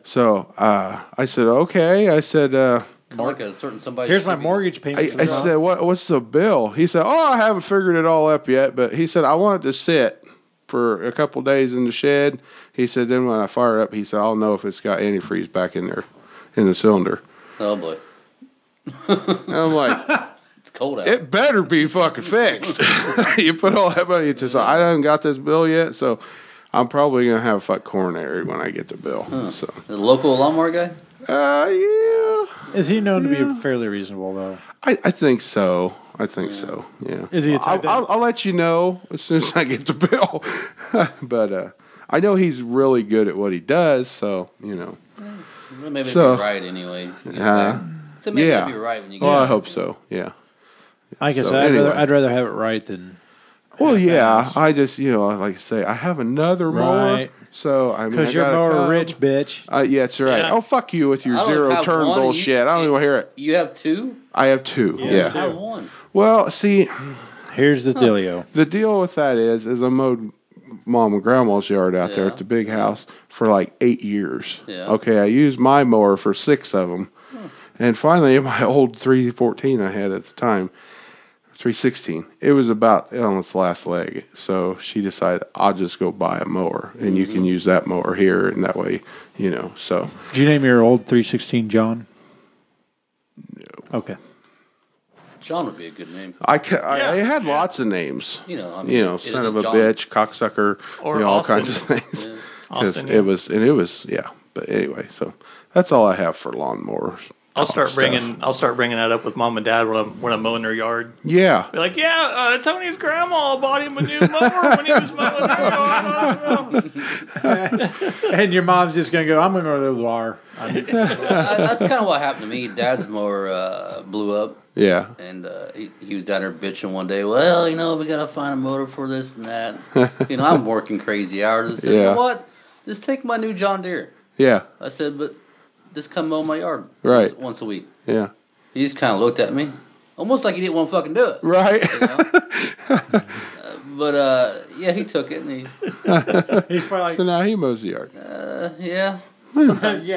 So uh, I said, okay. I said, uh, Kinda like a certain somebody. Here's my should be- mortgage payment. I, for I the month. said, what what's the bill? He said, oh, I haven't figured it all up yet, but he said I wanted to sit for a couple days in the shed. He said, then when I fire it up, he said, I'll know if it's got antifreeze back in there, in the cylinder. Oh boy, And I'm like. it's cold out. it better be fucking fixed. [laughs] you put all that money into so I haven't got this bill yet, so I'm probably gonna have a fuck coronary when I get the bill. So the local lawnmower guy. uh yeah. Is he known to be fairly reasonable though? I, I think so. I think so. Yeah. Is he a type I'll, that- I'll, I'll let you know as soon as I get the bill. [laughs] but uh I know he's really good at what he does, so you know. Well, Maybe So- it'd be right anyway. Uh, So maybe yeah. it'd be right when you get. well, Oh, I it. hope so. Yeah. I guess So, I'd, anyway. rather, I'd rather have it right than Well, yeah. I just you know, like I say, I have another mower, Right. so I mean, because I you're gotta more come. rich, bitch. Uh, yeah, that's right. Yeah. Oh, fuck you with your I don't zero have turn one, you- bullshit. I don't even want to hear it. You have two. I have two. Yeah. yeah. I have one. Well, see, Here's the dealio. the deal with that is, is I mowed mom and grandma's yard out there Yeah. at the big house for like eight years. Yeah. Okay, I used my mower for six of them, and finally, my old three fourteen I had at the time. 316. It was about on its last leg. So she decided, I'll just go buy a mower and you Mm-hmm. can use that mower here. And that way, you know, so. Did you name your old 316 John? No. Okay. John would be a good name. I, ca- I, I had lots of names. You know, I mean, you know, it is son a of a John. bitch, cocksucker, Or you know, all Austin. kinds of things. [laughs] 'Cause Austin, yeah. it was, and it was, yeah. But anyway, so that's all I have for lawnmowers. [laughs] I'll talk [laughs] start stuff. bringing. I'll start bringing that up with mom and dad when I'm when I'm mowing their yard. Yeah, Be like, yeah, uh, Tony's grandma bought him a new mower when he was mowing her yard. I don't know. And your mom's just gonna go. I'm gonna go to the bar. I, that's kind of what happened to me. Dad's mower uh, blew up. yeah. And uh, he, he was down there bitching one day. Well, you know, we gotta find a motor for this and that. [laughs] you know, I'm working crazy hours. I said, you Yeah. know what? Just take my new John Deere. Yeah, I said, but just come mow my yard Right. once, once a week. yeah. He just kind of looked at me, almost like he didn't want to fucking do it. Right? [laughs] You know? Uh, but uh, yeah, he took it and he, He's probably so now he mows the yard. yeah, yeah. All Sometimes. she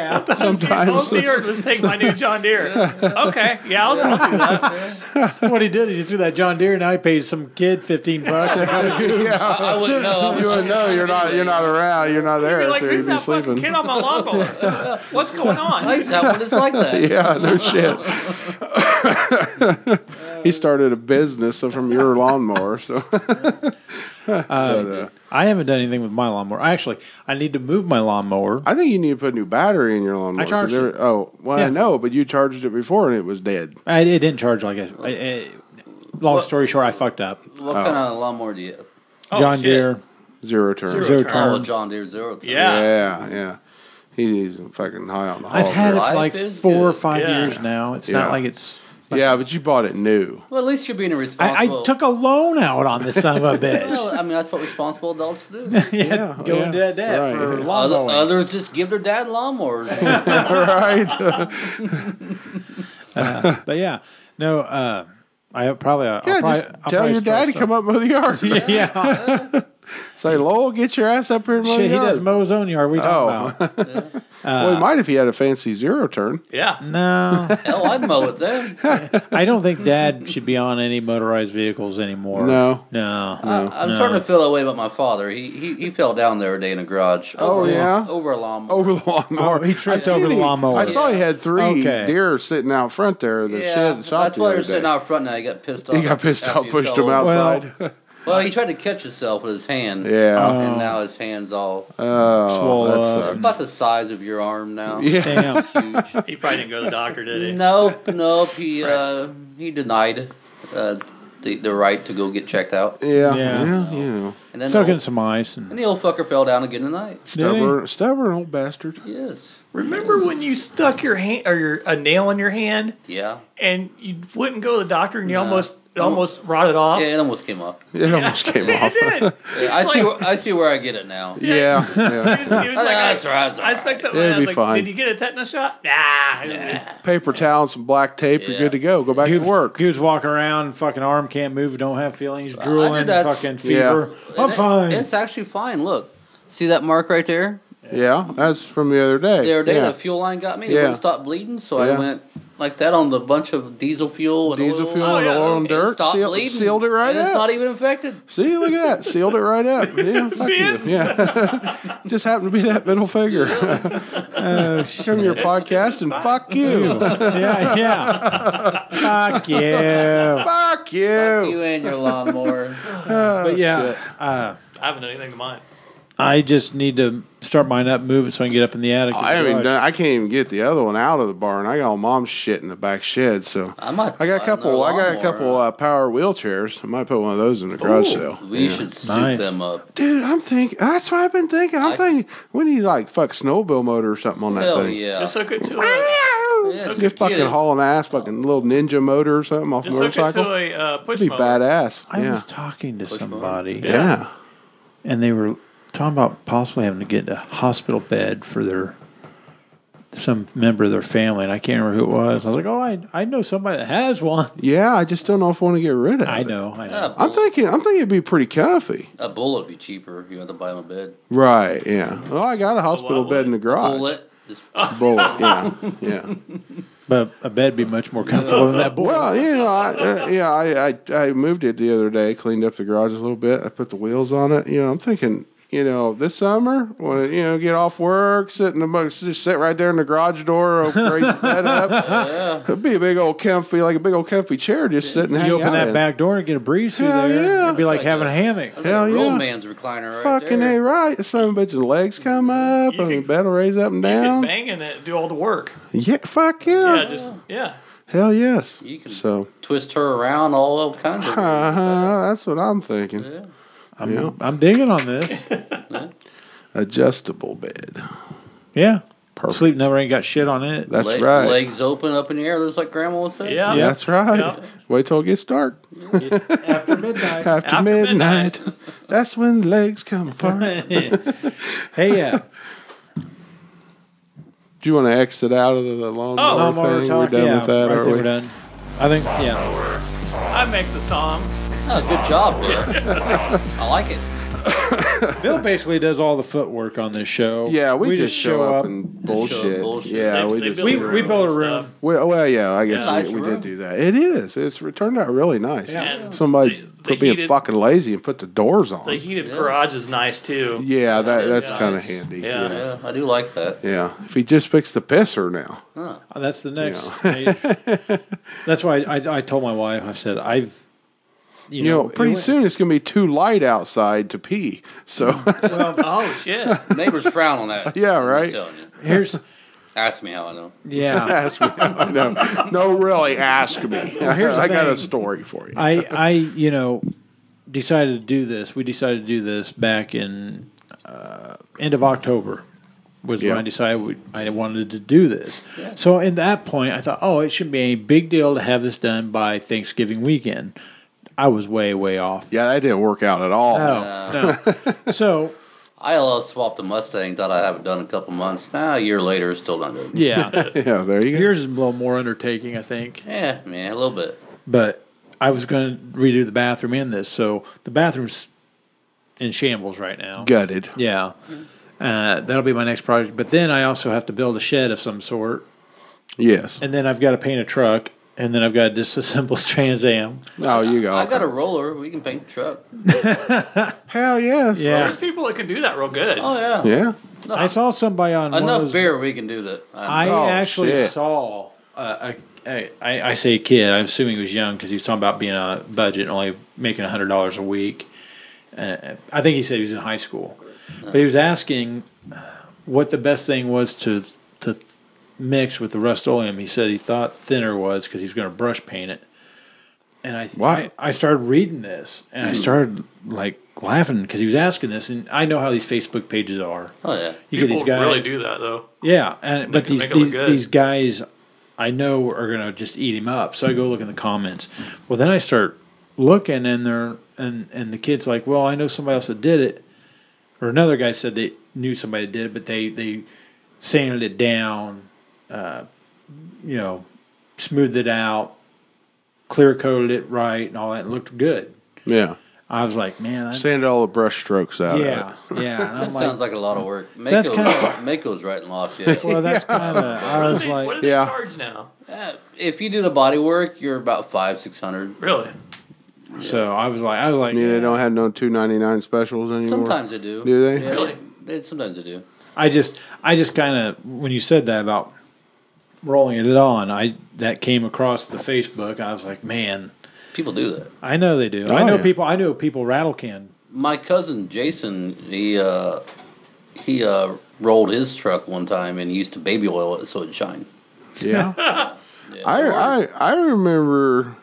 heard was take my new John Deere. Okay, yeah, I'll, I'll do that. what he did is he threw that John Deere and I paid some kid 15 [laughs] bucks. yeah. I wouldn't know. [laughs] You wouldn't know you're not you're not around you're not You're there like, so you'd who's be that fucking sleeping kid on my lawnmower? What's going I on? used to have one just like that. [laughs] yeah no shit he started a business from your lawnmower so [laughs] But, uh, I haven't done anything with my lawnmower. Actually, I need to move my lawnmower. I think you need to put a new battery in your lawnmower. I charged 'cause there- it. Oh, well, Yeah. I know, but you charged it before and it was dead. I, it didn't charge like a. I- I- long story short, I fucked up. What kind of lawnmower do you have? Oh, John shit. Deere Zero turn. Zero Zero turn. turn. Oh, John Deere zero. Turn. Yeah. Yeah, yeah. He's fucking high on the hog. I've had it for Life like is four or good. five Yeah. years now. It's Yeah. not like it's. Yeah, but you bought it new. Well, at least you're being a I, responsible. I took a loan out on this son of [laughs] a bitch. Well, I mean, that's what responsible adults [laughs] do. [laughs] yeah, going yeah, to debt right. for lawn Other, mowing. others just give their [laughs] dad lawnmowers. right? But yeah, no, uh, I probably. I'll yeah, probably, just I'll tell probably your dad to stretch come up mow the yard. that. Yeah, [laughs] Say, Lowell, get your ass up here and mow shit, he the yard. does mow his own yard. We Oh. talking [laughs] about? well, he might if he had a fancy zero turn. Yeah. No, Hell, I'd mow it then. I don't think dad should be on any motorized vehicles anymore. No. no. I'm starting to feel that way about my father. He he, he fell down the other day in a garage. Oh, Over a- yeah? over a lawnmower. Over the lawnmower. Oh, he tripped I seen over the he- lawnmower. I saw he had three Okay. deer sitting out front there. That yeah, shot, shot that's the why other they're sitting day. out front now. He got pissed off. He got pissed after off, he pushed fell him over. Well- outside. Well, he tried to catch himself with his hand. yeah. And now his hand's all Oh, Swole that up. sucks. about the size of your arm now. Yeah. Damn. [laughs] Huge. He probably didn't go to the doctor, did he? Nope, nope. He uh, he denied uh, the the right to go get checked out. Yeah. Yeah. Yeah, you know. And then the Soaking old, some ice. And, and the old fucker fell down again tonight. Stubborn, stubborn old bastard. [laughs] Yes. Remember when you stuck your hand or your a nail in your hand Yeah. and you wouldn't go to the doctor and you No. almost it almost rotted off? Yeah, it almost came up. It almost came [laughs] It off. did. It Yeah, I see. Like- where- I see where I get it now. Yeah. yeah. was, [laughs] it was like, I, that's right. That's I right. stuck something. It'll in it, I be was like, fine. Did you get a tetanus shot? Nah. Paper towel and some black tape. You're Yeah. good to go. Go back He to was, work. he was walking around, fucking arm can't move, don't have feelings, drooling, that. fucking Yeah. fever. I'm And it- fine. It's actually fine. Look, see that mark right there? Yeah, that's from the other day. The other day, yeah. the fuel line got me. and It Yeah. wouldn't stop bleeding, so I Yeah. went like that on the bunch of diesel fuel and Diesel oil. fuel Oh, and yeah. oil and And it dirt. stopped Sealed, bleeding. sealed it right and It's up. not even infected. See, look at that. Sealed it right up. [laughs] Yeah, fuck you. Yeah. [laughs] Just happened to be that middle [laughs] [laughs] finger. oh, Come to shit. your podcast and fuck you. yeah, yeah. [laughs] Fuck you. fuck Fuck you. You and [laughs] your lawnmower. But Oh, yeah, I haven't done anything to mine. I just need to start mine up, move it so I can get up in the attic. and Oh, I haven't garage. done, I can't even get the other one out of the barn. I got all mom's shit in the back shed, so I might. I got a buy couple. I another got a lawnmower. couple uh, power wheelchairs. I might put one of those in the garage sale. We should suit Nice. them up. Dude, I'm thinking. That's what I've been thinking. I'm I- thinking we need like fuck snowmobile motor or something on that Hell thing. yeah. Just hook it to a Yeah, Just get fucking it. hauling ass, fucking little ninja motor or something off a just hook it motorcycle. to a uh, push That'd be motor. badass. I yeah. was talking to somebody, yeah. and they were talking about possibly having to get a hospital bed for their some member of their family, and I can't remember who it was. I was like, oh, I I know somebody that has one. Yeah, I just don't know if I want to get rid of I it. know, I know. A I'm bull, thinking I'm thinking it'd be pretty comfy. a bullet would be cheaper. if You have to buy them a bed. Right, yeah. Well, I got a hospital Well, bed in the garage. Bullet. Just, Oh, Bullet, [laughs] yeah. Yeah. But a bed be much more comfortable [laughs] than that boy. Well, you know, I, uh, yeah, I, I I moved it the other day, cleaned up the garage a little bit. I put the wheels on it. You know, I'm thinking, you know, this summer when you know get off work, sit in the mo- just sit right there in the garage door, open raise the bed up. It'd be a big old comfy, like a big old comfy chair, just sitting. You open that back door and get a breeze through Hell there. yeah. It'd be like, like having a- a hammock. that's Hell a yeah. real man's recliner right Fucking there. a right, son of a bitch. The legs come up, You and the could- bed will raise up and Just down. banging it, do all the work. Yeah, fuck Yeah, yeah, just yeah. hell yes. You can So, twist her around all kinds of. uh huh, that's what I'm thinking. I'm, Yeah. I'm digging on [laughs] this. Adjustable bed. Yeah. Sleep number ain't got shit on it. That's Leg- right. Legs open up in the air, just like Grandma was saying. Yeah. Yeah. That's right. Yeah. Wait till it gets dark. After [laughs] [laughs] midnight. After, After midnight, that's when legs come apart. hey, yeah. Do you want to exit out of the, the lawnmower Oh. Lawnmower thing? talk, we're done yeah, with that, I aren't think we? We're done. I think, yeah. I make the songs. Oh, good job there. [laughs] I like it. Bill basically does all the footwork on this show. Yeah, we, just, show up, and bullshit. bullshit. Yeah, They- we they just build We, the we built a and room. stuff. well, well, yeah, I guess we, Yeah. Nice we room. did do that. It is. It's it turned out really nice. Yeah. Somebody They- they quit being heated- fucking lazy and put the doors on. The heated garage is nice too. yeah, that that's Yeah. kind of handy. Yeah. yeah. Yeah, I do like that. Yeah. If he just fixed the pisser now. Oh, That's the next. [laughs] page. That's why I, I, I told my wife, I said, I've, you, You know, it pretty went- soon it's going to be too light outside to pee. So, Oh shit. Neighbors frown on that. Yeah, I'm right. just telling you. [laughs] Here's, Ask me how I know. yeah. ask me. No, no, really, ask me. [laughs] here's the I got a thing. story for you. I, I, you know, decided to do this. We decided to do this back in uh, end of October was Yeah. when I decided we, I wanted to do this. So at that point, I thought, oh, it shouldn't be any big deal to have this done by Thanksgiving weekend. I was way way off. Yeah, that didn't work out at all. Oh. No, no. so I love swapped the Mustang. Thought I'd have it done in a couple months. Now a year later, it's still not good. yeah, Yeah, there you [laughs] go. yours is a little more undertaking, I think. Yeah, man, a little bit. but I was going to redo the bathroom in this, so the bathroom's in shambles right now. Gutted. Yeah, uh, that'll be my next project. But then I also have to build a shed of some sort, Yes. and then I've got to paint a truck, and then I've got to [laughs] disassemble a Trans Am. Oh, you go. I got a roller. We can paint the truck. Hell yes. Yeah, There's people that can do that real good. Oh yeah, Yeah. I saw somebody on one of enough those- beer. We can do that. Uh, I Oh, actually shit. saw. Uh, a- a- I, I say kid. I'm assuming he was young because he was talking about being on a budget, and only making hundred dollars a week. Uh, I think he said he was in high school, but he was asking what the best thing was to to mix with the Rust Oleum. He said he thought thinner was because he was going to brush paint it. And I, Wow. I I started reading this and Hmm. I started like laughing because he was asking this, and I know how these Facebook pages are. oh yeah. You people get these guys really do that though. yeah, and but can these make it look these, good. these guys I know are gonna just eat him up. So I go look in the comments. Well, then I start looking, and they're and and the kid's like, "Well, I know somebody else that did it," or another guy said they knew somebody that did it, but they they sanded it down, uh, you know, smoothed it out, clear coated it right, and all that, and looked good. Yeah. I was like, "Man, I, Sand all the brush strokes out of yeah, it. yeah." And That I'm sounds like, like a lot of work. That's Mako's, kinda- Mako's right and locked. [laughs] Yeah. "Well, that's kind of." I What do was they, what do like, they Yeah. charge now? if you do the body work, you're about five six hundred. Really? so I was like, I was like, I mean, "Yeah." they don't have no two ninety nine specials anymore. Sometimes they do. Do they? Yeah, Really? they- sometimes they do. I just I just kind of when you said that about rolling it on, I that came across the Facebook. I was like, man, People do that. I know they do. Oh, I know yeah. people. I know people rattle can. My cousin Jason, he uh, he uh, rolled his truck one time and he used to baby oil it so it'd shine. Yeah. I, I I remember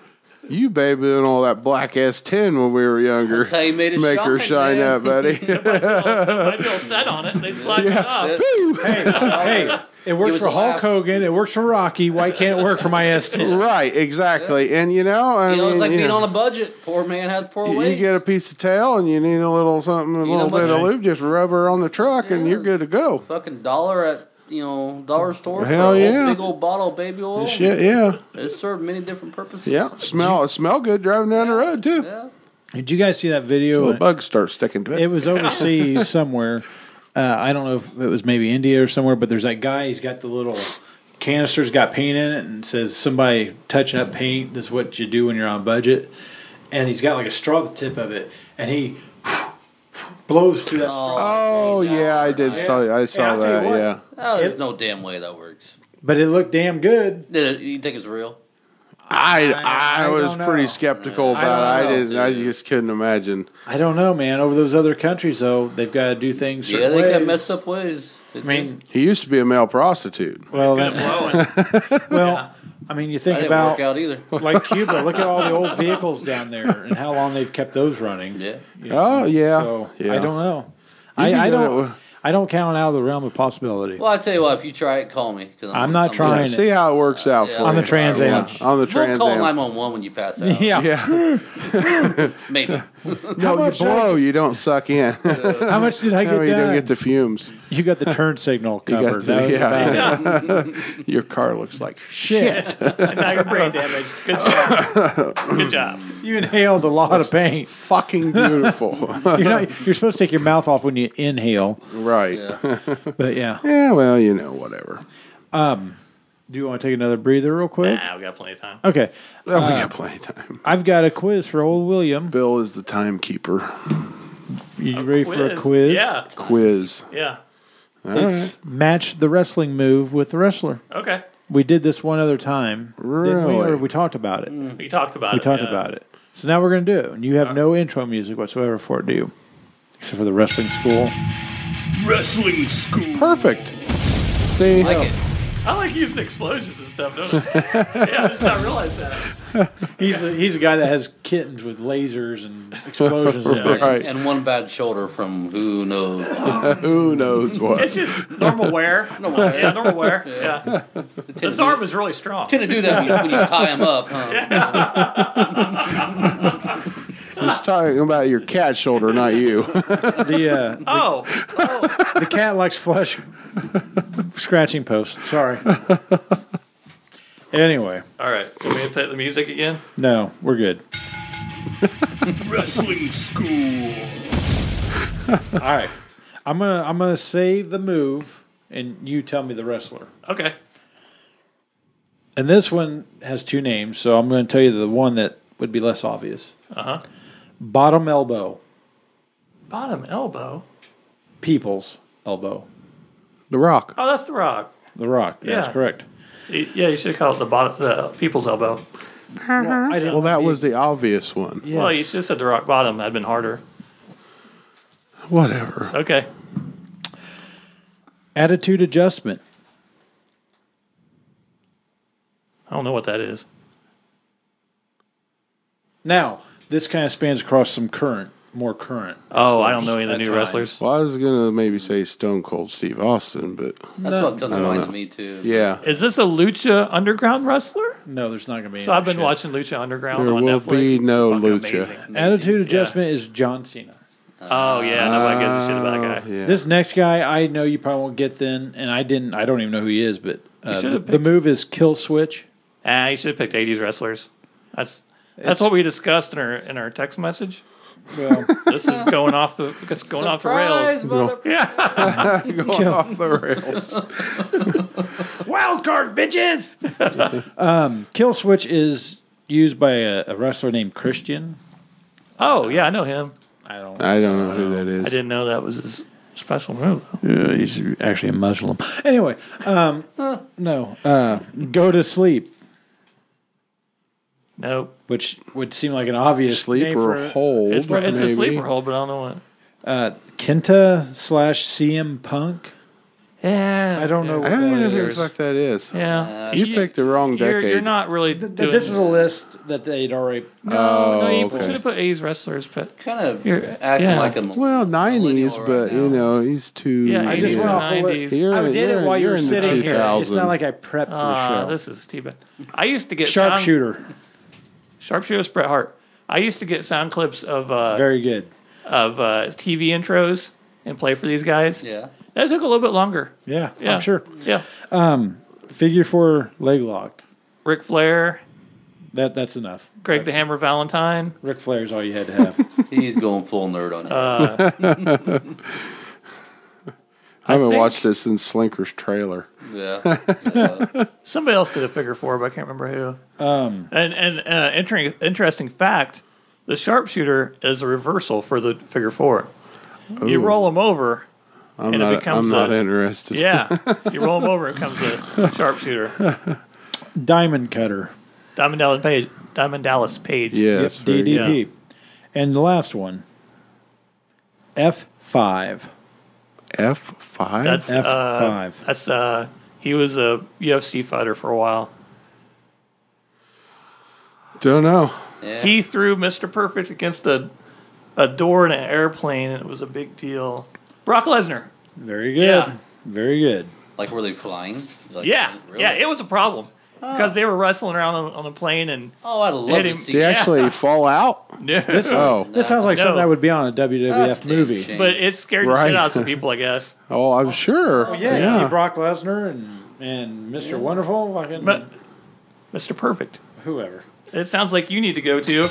you babying all that black S ten when we were younger. That's how you made it Make her shine man. [laughs] up, buddy. I feel set on it. They slide it up. [laughs] Hey, it works was for a Hulk laugh. Hogan. It works for Rocky. Why can't it work for my [laughs] S10? [laughs] right, exactly. And you know, I You know, mean, it's like you, being know, on a budget. Poor man has poor you- you ways. get a piece of tail and you need a little something, a know little bit what's- of lube, just rub her on the truck and you're good to go. fucking dollar at you know dollar store. Hell for a whole yeah. big old bottle of baby Oh. oil. Shit, yeah. It served many different purposes. Yeah. Smell smell good driving down the road too. Yeah. Did you guys see that video? Little bugs start sticking to it. It was overseas somewhere. Uh, I don't know if it was maybe India or somewhere, but there's that guy. He's got the little canisters got paint in it, and says somebody touching up paint. That's what you do when you're on budget. And he's got like a straw at the tip of it, and he blows through that. oh yeah, I did saw I saw I'll tell that, you what. yeah. Oh, there's no damn way that works. But it looked damn good. Did it- You think it's real? I I I, was don't know. pretty skeptical I about it. I don't know, didn't I dude. just couldn't imagine. I don't know, man. Over those other countries, though, they've got to do things. Yeah, certain they got ways. messed up ways. I mean, He used to be a male prostitute. well, Gonna that, blow it. [laughs] well, I mean, you I think didn't about work [laughs] out either. like Cuba. Look at all the old vehicles down there, and how long they've kept those running. Yeah. You Oh, yeah. So Yeah. I don't know. can I, I do that don't. with- I don't count out of the realm of possibility. Well, I tell you what, if you try it, call me. Cause I'm not Yeah, trying. see how it works out Yeah, for On you. the Trans Am. Yeah, on the Trans We'll call Am. 911 when you pass [laughs] [laughs] out. yeah. Yeah. Maybe. How No, you much? blow, you don't suck in. [laughs] How much did I get no, you done? don't get the fumes. you got the turn signal [laughs] You covered. got That the, was yeah. about it. Your car looks like shit. [laughs] Shit. now you're brain damaged. Good job. [laughs] Good job. you inhaled a lot of [laughs] paint. fucking beautiful. [laughs] You're, not, you're supposed to take your mouth off when you inhale. right. Yeah. Yeah. But yeah. well, you know, whatever. Do you want to take another breather real quick? Nah, we got plenty of time. Okay. Oh, we got plenty of time. I've got a quiz for old William. Bill is the timekeeper. You ready for a quiz? Yeah. Quiz. Yeah. It's match the wrestling move with the wrestler. Okay. We did this one other time. Didn't we? Really? Or we talked about it. We talked about We it. talked yeah. about it. So now we're going to do it. And you have no intro music whatsoever for it, do you? Except for the wrestling school. Wrestling school. Perfect. See, like it. I like using explosions and stuff, don't [laughs] I? yeah, I just not realize that. He's the he's the guy that has kittens with lasers and explosions. [laughs] and everything. Right. And one bad shoulder from who knows. [laughs] Who knows what? It's just normal wear. Normal wear. Yeah, normal wear. Yeah. Tend This to arm do, is really strong. tend to do that when you, when you tie him up, huh? He's talking about your cat shoulder, not you. [laughs] The uh, Oh, [laughs] the cat likes flesh scratching posts. [laughs] Sorry. anyway, all right. Can we play the music again? no, we're [laughs] good. Wrestling school. All right, I'm gonna I'm gonna say the move, and you tell me the wrestler. Okay. And this one has two names, so I'm going to tell you the one that would be less obvious. Uh huh. Bottom elbow, Bottom elbow. people's elbow. The Rock. Oh, that's the rock. The Rock. That's Yeah. correct. Y- Yeah, you should call it the bottom, the people's elbow. I didn't, Well, that was the obvious one. Well, you should have said the rock bottom. That'd been harder. Whatever. Okay. attitude adjustment. I don't know what that is. Now, this kind of spans across some current, more current. Oh, I don't know any of the at new times. wrestlers. Well, I was gonna maybe say Stone Cold Steve Austin, but That's what comes to mind to me, too. yeah, Is this a Lucha Underground wrestler? No, there's not going to be. So any I've been shit. watching Lucha Underground There on will Netflix. be It's no fucking Lucha. amazing. Attitude adjustment is John Cena. Oh yeah, nobody gives a shit about that guy. Oh, Ah, yeah. [laughs] This next guy, I know you probably won't get then, and I didn't. I don't even know who he is, but uh, should've the, the picked- move is kill switch. Ah, you should have picked '80s wrestlers. That's that's It's- what we discussed in our in our text message. [laughs] Well, This is going off the it's going off the rails. Surprise, mother- going off the rails. Wild card, bitches. Um, Kill switch is used by a, a wrestler named Christian. Oh yeah, I know him. I don't. I don't know who that I is. didn't know that was his special move. Uh, he's actually a Muslim. Anyway, um, [laughs] no. Uh, go to sleep, Nope. which would seem like an obvious name for Sleeper a- hold. It's, it's a maybe. sleeper hole, but I don't know what. Kenta slash CM Punk. Yeah, I don't Uh, know. I What don't even know that who is. the fuck that is. Yeah, You picked the wrong Uh, You're, decade. you're not really. Th- doing- This was a Oh, list that they'd already. no, you okay. should have put '80s wrestlers, but kind of You're- acting yeah. like a mil- well, nineties, millennial right but you now. know he's too. yeah, I just 80s went and off the list. 90s. You're- I did it while you you're were in the sitting here. It's 2000. not like I prepped for Ah, the show. this is too bad. I used to get sound- Sharpshooter, Sharpshooter's Bret Hart. I used to get sound clips of uh, very good. of uh, TV intros and play for these guys. Yeah. That took a little bit longer. Yeah, Yeah. I'm sure. Yeah. Figure four leg lock. Ric Flair, That that's enough. Greg the Hammer Valentine. Ric Flair's all you had to have. [laughs] He's going full nerd on you. I haven't think- watched this since Slinker's trailer. yeah. Somebody else did a figure four, but I can't remember who. Um, and and uh, entering, interesting fact the sharpshooter is a reversal for the figure four. You roll them over. And I'm it not. becomes I'm not a- interested. Yeah. you roll them over, it comes a sharpshooter. Diamond cutter. Diamond Dallas Page. Diamond Dallas Page. Yes. very good. DDP. And the last one, F5. F five. That's F5. uh, That's uh, he was a UFC fighter for a while. Don't know. He threw Mr. Perfect against a a door in an airplane, and it was a big deal. Brock Lesnar. Very good. Yeah. Very good. Like, were they flying? Like, Yeah, really? yeah, it was a problem because they were wrestling around on, on the plane, and Oh, I'd love Hit him. to see They that. [laughs] actually fall out. This, Oh. this sounds like No. something that would be on a WWF That's a damn movie. shame. but it scared the Right. shit out of some people, I guess. Oh, I'm sure. Yeah, you see Brock Lesnar and, and Mr. Wonderful, fucking But Mr. Perfect, whoever. it sounds like you need to go to.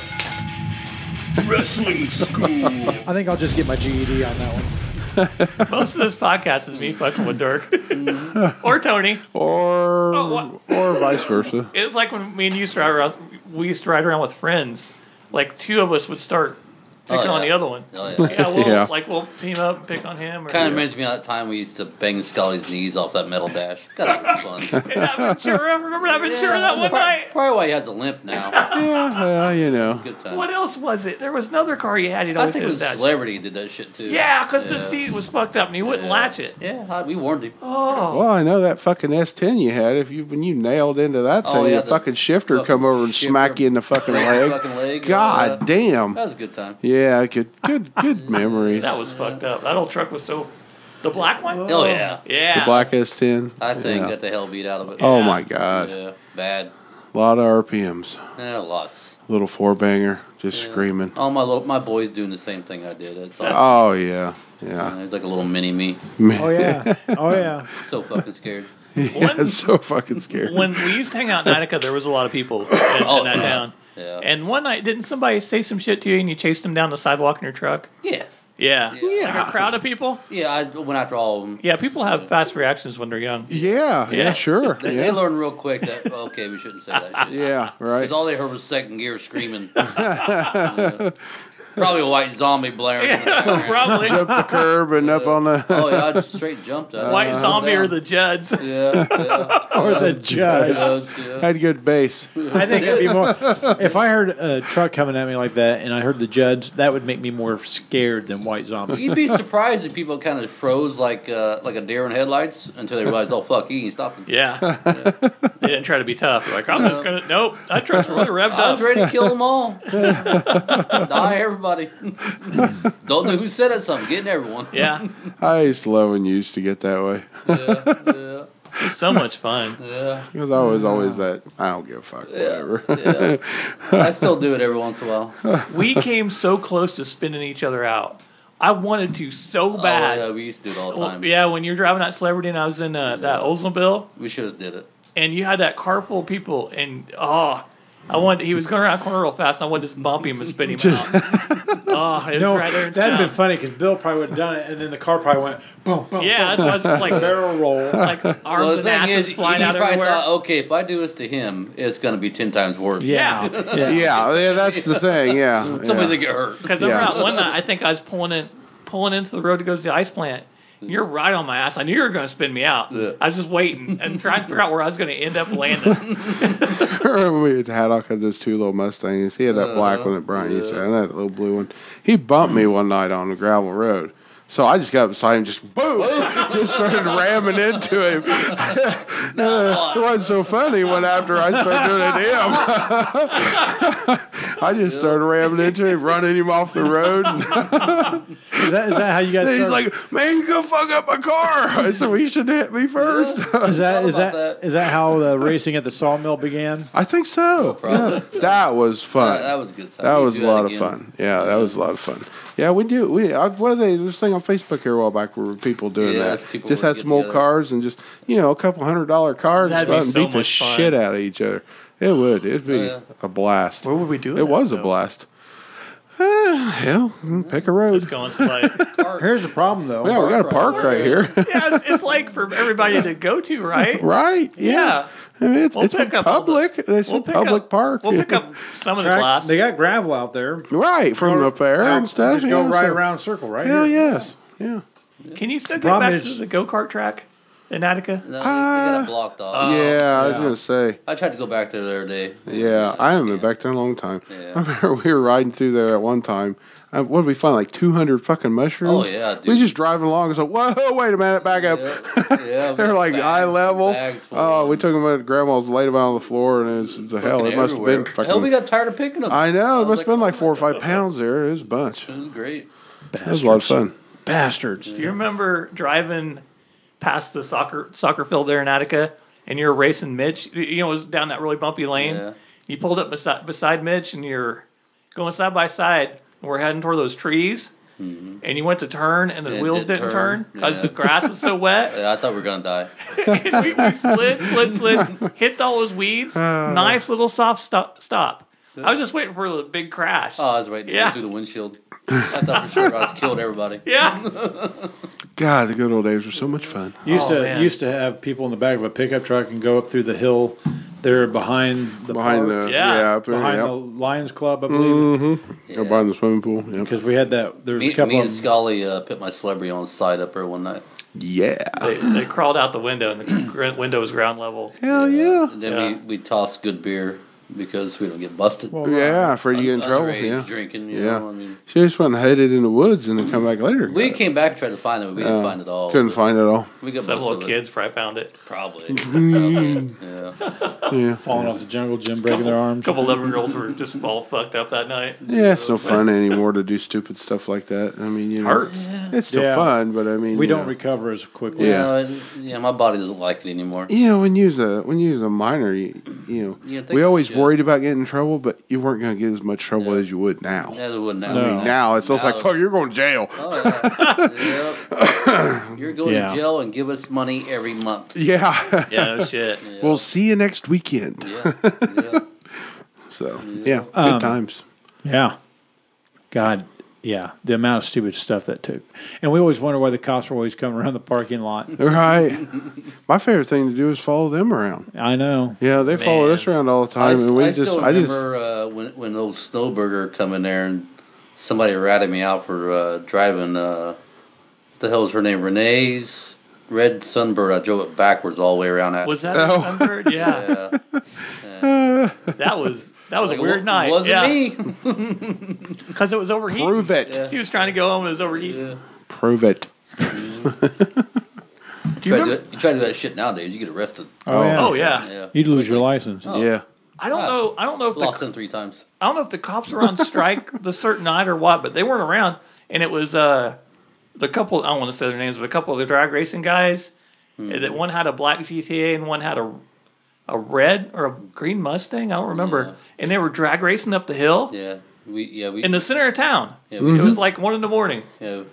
Wrestling school. I think I'll just get my GED on that one. Most of this podcast is me fucking with Dirk Mm-hmm. or Tony. Or Oh, what? or vice [laughs] versa. It was like when me and you used to ride around. We used to ride around with friends. Like two of us would start pick Oh, on yeah. the other one. Oh, yeah. [laughs] Yeah, we'll Yeah. like we'll team up, and pick on him. Or, Kind of reminds me of that time we used to bang Scully's knees off that metal dash. It's gotta be fun. And Aventura, remember Aventura that that's one prob- night? Probably why he has a limp now. [laughs] Yeah, well, you know. Good time. What else was it? There was another car he had. He'd I always think hit it was that. Celebrity did that shit too. Yeah, because Yeah. the seat was fucked up and he wouldn't Yeah. latch it. Yeah, I- we warned him. Oh, Well, I know that fucking S10 you had. If you when you nailed into that Oh, thing, yeah, your the fucking shifter fucking come over and smack shifter. you in the [laughs] fucking Break leg. fucking leg. God Uh, damn. That was a good time. Yeah, good, good, [laughs] good memories. that was fucked up. That old truck was so. The black one? Oh yeah, Yeah. the black S10. I think Yeah. got the hell beat out of it. Oh Yeah. my god, yeah, bad. a lot of RPMs. Yeah, lots. Little four banger, just Yeah. screaming. All my little, my boys doing the same thing I did. It's awesome. Oh yeah, [laughs] yeah. He's like a little mini me. Oh [laughs] yeah. Oh yeah. So fucking scared. yeah One- it's so fucking scary. when we used to hang out in Attica, there was a lot of people in, in that Oh, yeah. town. Yeah. And one night, didn't somebody say some shit to you and you chased them down the sidewalk in your truck? yeah. Yeah. Yeah. Like a crowd of people? Yeah, I went after all of them. Yeah, people have fast reactions when they're young. yeah, yeah, Yeah. sure. They, they Yeah, learned real quick that okay, we shouldn't say that shit. [laughs] yeah, right. Because all they heard was second gear screaming. Yeah. Probably a white zombie blaring. in the background. [laughs] Probably. Up [laughs] the curb and up on [laughs] the. Oh yeah, I just straight jumped. I White jumped Zombie or down. the Judds. yeah, yeah. Or the judge. Yes, yeah. [laughs] Had good bass. I think it'd be more. If I heard a truck coming at me like that, and I heard the judge, that would make me more scared than White Zombie. You'd be surprised if people kind of froze like uh, like a deer in headlights until they realized, oh fuck, he ain't stopping. [laughs] Yeah. They didn't try to be tough. They're like, I'm just going to, nope, that truck's really revved I was up. ready to kill them all. Die everybody. [laughs] Don't know who said it. Something getting everyone. Yeah. I used to love when you used to get that way yeah, It's so much fun. [laughs] yeah, because I was always that. I don't give a fuck. Whatever. yeah. I still do it every once in a while. We came so close to spinning each other out. I wanted to so Oh, yeah, bad. we used to do it all the Well, time. yeah, when you were driving that celebrity and I was in uh, that Oldsmobile, We should have did it. and you had that car full of people, and oh, I wanted he was going around a corner real fast, and I wanted to just bump him and spin him out. Oh, it was No, right there. [laughs] that'd In town. been funny because Bill probably would have done it, and then the car probably went boom, boom, Yeah, that's why I was like, barrel roll. [laughs] like arms Well, the and thing asses is, flying he out probably everywhere. thought, oh, okay, if I do this to him, it's going to be ten times worse. yeah, [laughs] Yeah, [laughs] yeah. That's the thing. Yeah. somebody's yeah. gonna get hurt. because Yeah. I'm out one night. I think I was pulling in, pulling into the road that goes to the ice plant. and You're right on my ass. I knew you were going to spin me out. Yeah. I was just waiting and trying to figure out where I was going to end up landing. Remember [laughs] we had Haddock had those two little Mustangs. He had that black one that Brian used to have, and that little blue one. He bumped me one night on the gravel road. So I just got up beside him, just boom, [laughs] just started ramming into him. [laughs] it wasn't so funny when after I started doing it to him. [laughs] I just started ramming into him, running him off the road. [laughs] And Is that, is that how you guys? he's Start? like, man, you go fuck up my car. [laughs] I said, well, you should hit me first. is that is that, about that. is that how the racing at the sawmill began? [laughs] I think so. Probably. Yeah. That was fun. That, that was a good time. That We'd was do a lot of again. fun. Yeah, that was a lot of fun. Yeah, we do. We I, well, they, there was a thing on Facebook here a while back where people doing Yeah, that. it's people just would had get some old together. cars and just you know a couple hundred dollar cars That'd go out be and so beat the much fun. shit out of each other. It would. It'd be Oh, yeah. a blast. Where would we do It that, [laughs] was a though? blast. Eh, hell, mm, pick Just a road. going somebody. Here's the problem though. Yeah, we got a park right here. [laughs] yeah, it's, it's like for everybody to go to, right? right? Yeah. [laughs] Yeah. I mean, it's, We'll it's a pick up all the- public. It's a pick public up, park. We'll pick up some of the Track- glass. They got gravel out there. [laughs] right from the fair Out- and stuff. Just go yeah, right so- around a circle right Hell here. yes. Yeah. Can you still get Problem back is- to the go kart track in Attica? No, they, they got it blocked off. Uh, yeah, I was gonna say. I tried to go back there the other day. Yeah, I haven't been back there in a long time. Yeah. [laughs] I remember we were riding through there at one time. Uh, what did we find? Like 200 fucking mushrooms? Oh, yeah, dude. We just driving along. It's like, whoa, [laughs] wait a minute, back up. Yeah, [laughs] yeah, They're like bags- eye level. bags full Oh, of we them. took them out to grandma's, laid them out on the floor, and it's the hell. It Fucking must have been everywhere. Hell, we fucking. got tired of picking them. I know. It was must have been like oh four or my five pounds there. It was a bunch. God, It was great. It was a lot of fun. Bastards. Do you remember driving past the soccer soccer field there in Attica, and you're racing Mitch? You- You know, it was down that really bumpy lane. Yeah. You pulled up beside beside Mitch, and you're going side by side, and we're heading toward those trees. And you went to turn, and the Mm-hmm. It wheels did didn't turn turn. because Yeah. the grass was so [laughs] wet. Yeah, I thought we were gonna die. and we, we slid, slid, slid, hit all those weeds. nice little soft stop. stop. I was just waiting for the big crash. Oh, I was waiting to Yeah. go through the windshield. I thought for sure I was killed [laughs] everybody. yeah, God, the good old days were so much fun. Used Oh, to man. used to have people in the back of a pickup truck and go up through the hill They're behind the behind park, Yeah. the yeah, Mm-hmm. up there, behind yep. the Lions Club, I believe, Or behind the swimming pool. yep. because we had that. There's Me, a couple me of and Scully uh, put my celebrity on side up there one night. Yeah. They, they crawled out the window, and the gr- window was ground level. Hell yeah. And then Yeah. we, we tossed good beer because we don't get busted. Well, Yeah, for you in Oh, Underage trouble. Yeah. drinking. You Yeah. know, I mean, She just went and hid it in the woods and then come back later. and we got it. came back and tried to find it, but we didn't find it all. Couldn't find [laughs] it all. We got Some most little of it. kids probably found it. [laughs] Probably. Probably, yeah. [laughs] Yeah. falling off the jungle gym, breaking their A arms. couple 11 year olds were just all fucked up that night. Yeah, it's no fun anymore to do stupid stuff like that. I mean, you know, Hurts. it's still Yeah. fun, but I mean, We you don't know. recover as quickly. Yeah. Yeah. and- yeah. My body doesn't like it anymore. you know, when you was a when you was a minor, you, you know, You think we you always should. worried about getting in trouble, but you weren't going to get as much trouble Yeah. as you would now. Yeah, it wouldn't No. I mean, now it's almost Now like, fuck, you're going to jail. [laughs] Oh, yeah. Yep. You're going Yeah. to jail and give us money every month. Yeah. [laughs] Yeah, no shit. we'll see you next weekend. Yeah. yeah. So yeah, good um, times. Yeah. God, yeah. The amount of stupid stuff that took. And we always wonder why the cops were always coming around the parking lot. [laughs] Right. My favorite thing to do is follow them around. I know. Yeah, they followed Man. us around all the I, time, s- and we I just, still I just, remember uh, when when old Snowburger come in there and somebody ratted me out for uh, driving. Uh, the hell is her name? Renee's red sunbird. I drove it backwards all the way around. That Was that a Oh. sunbird? Yeah. Yeah. That was that was Like, a it weird wa- night. Wasn't yeah. [laughs] me. Because it was overheating. prove it, She was trying to go home, it was overheating. prove it. Do You you try, to do remember? it, you try to do that shit nowadays, you get arrested. Oh, yeah. Oh, yeah. Yeah. Ah, You'd lose your license. Oh. Yeah. I don't know. I don't know if the Lost him three times. I don't know if the cops were on strike [laughs] the certain night or what, but they weren't around. And it was uh, the couple, I don't want to say their names, but a couple of the drag racing guys. Hmm. and That one had a black GTA and one had a a red or a green Mustang. I don't remember. Yeah. And they were drag racing up the hill Yeah. We yeah we in the center of town. yeah, we, It was like one in the morning. yeah,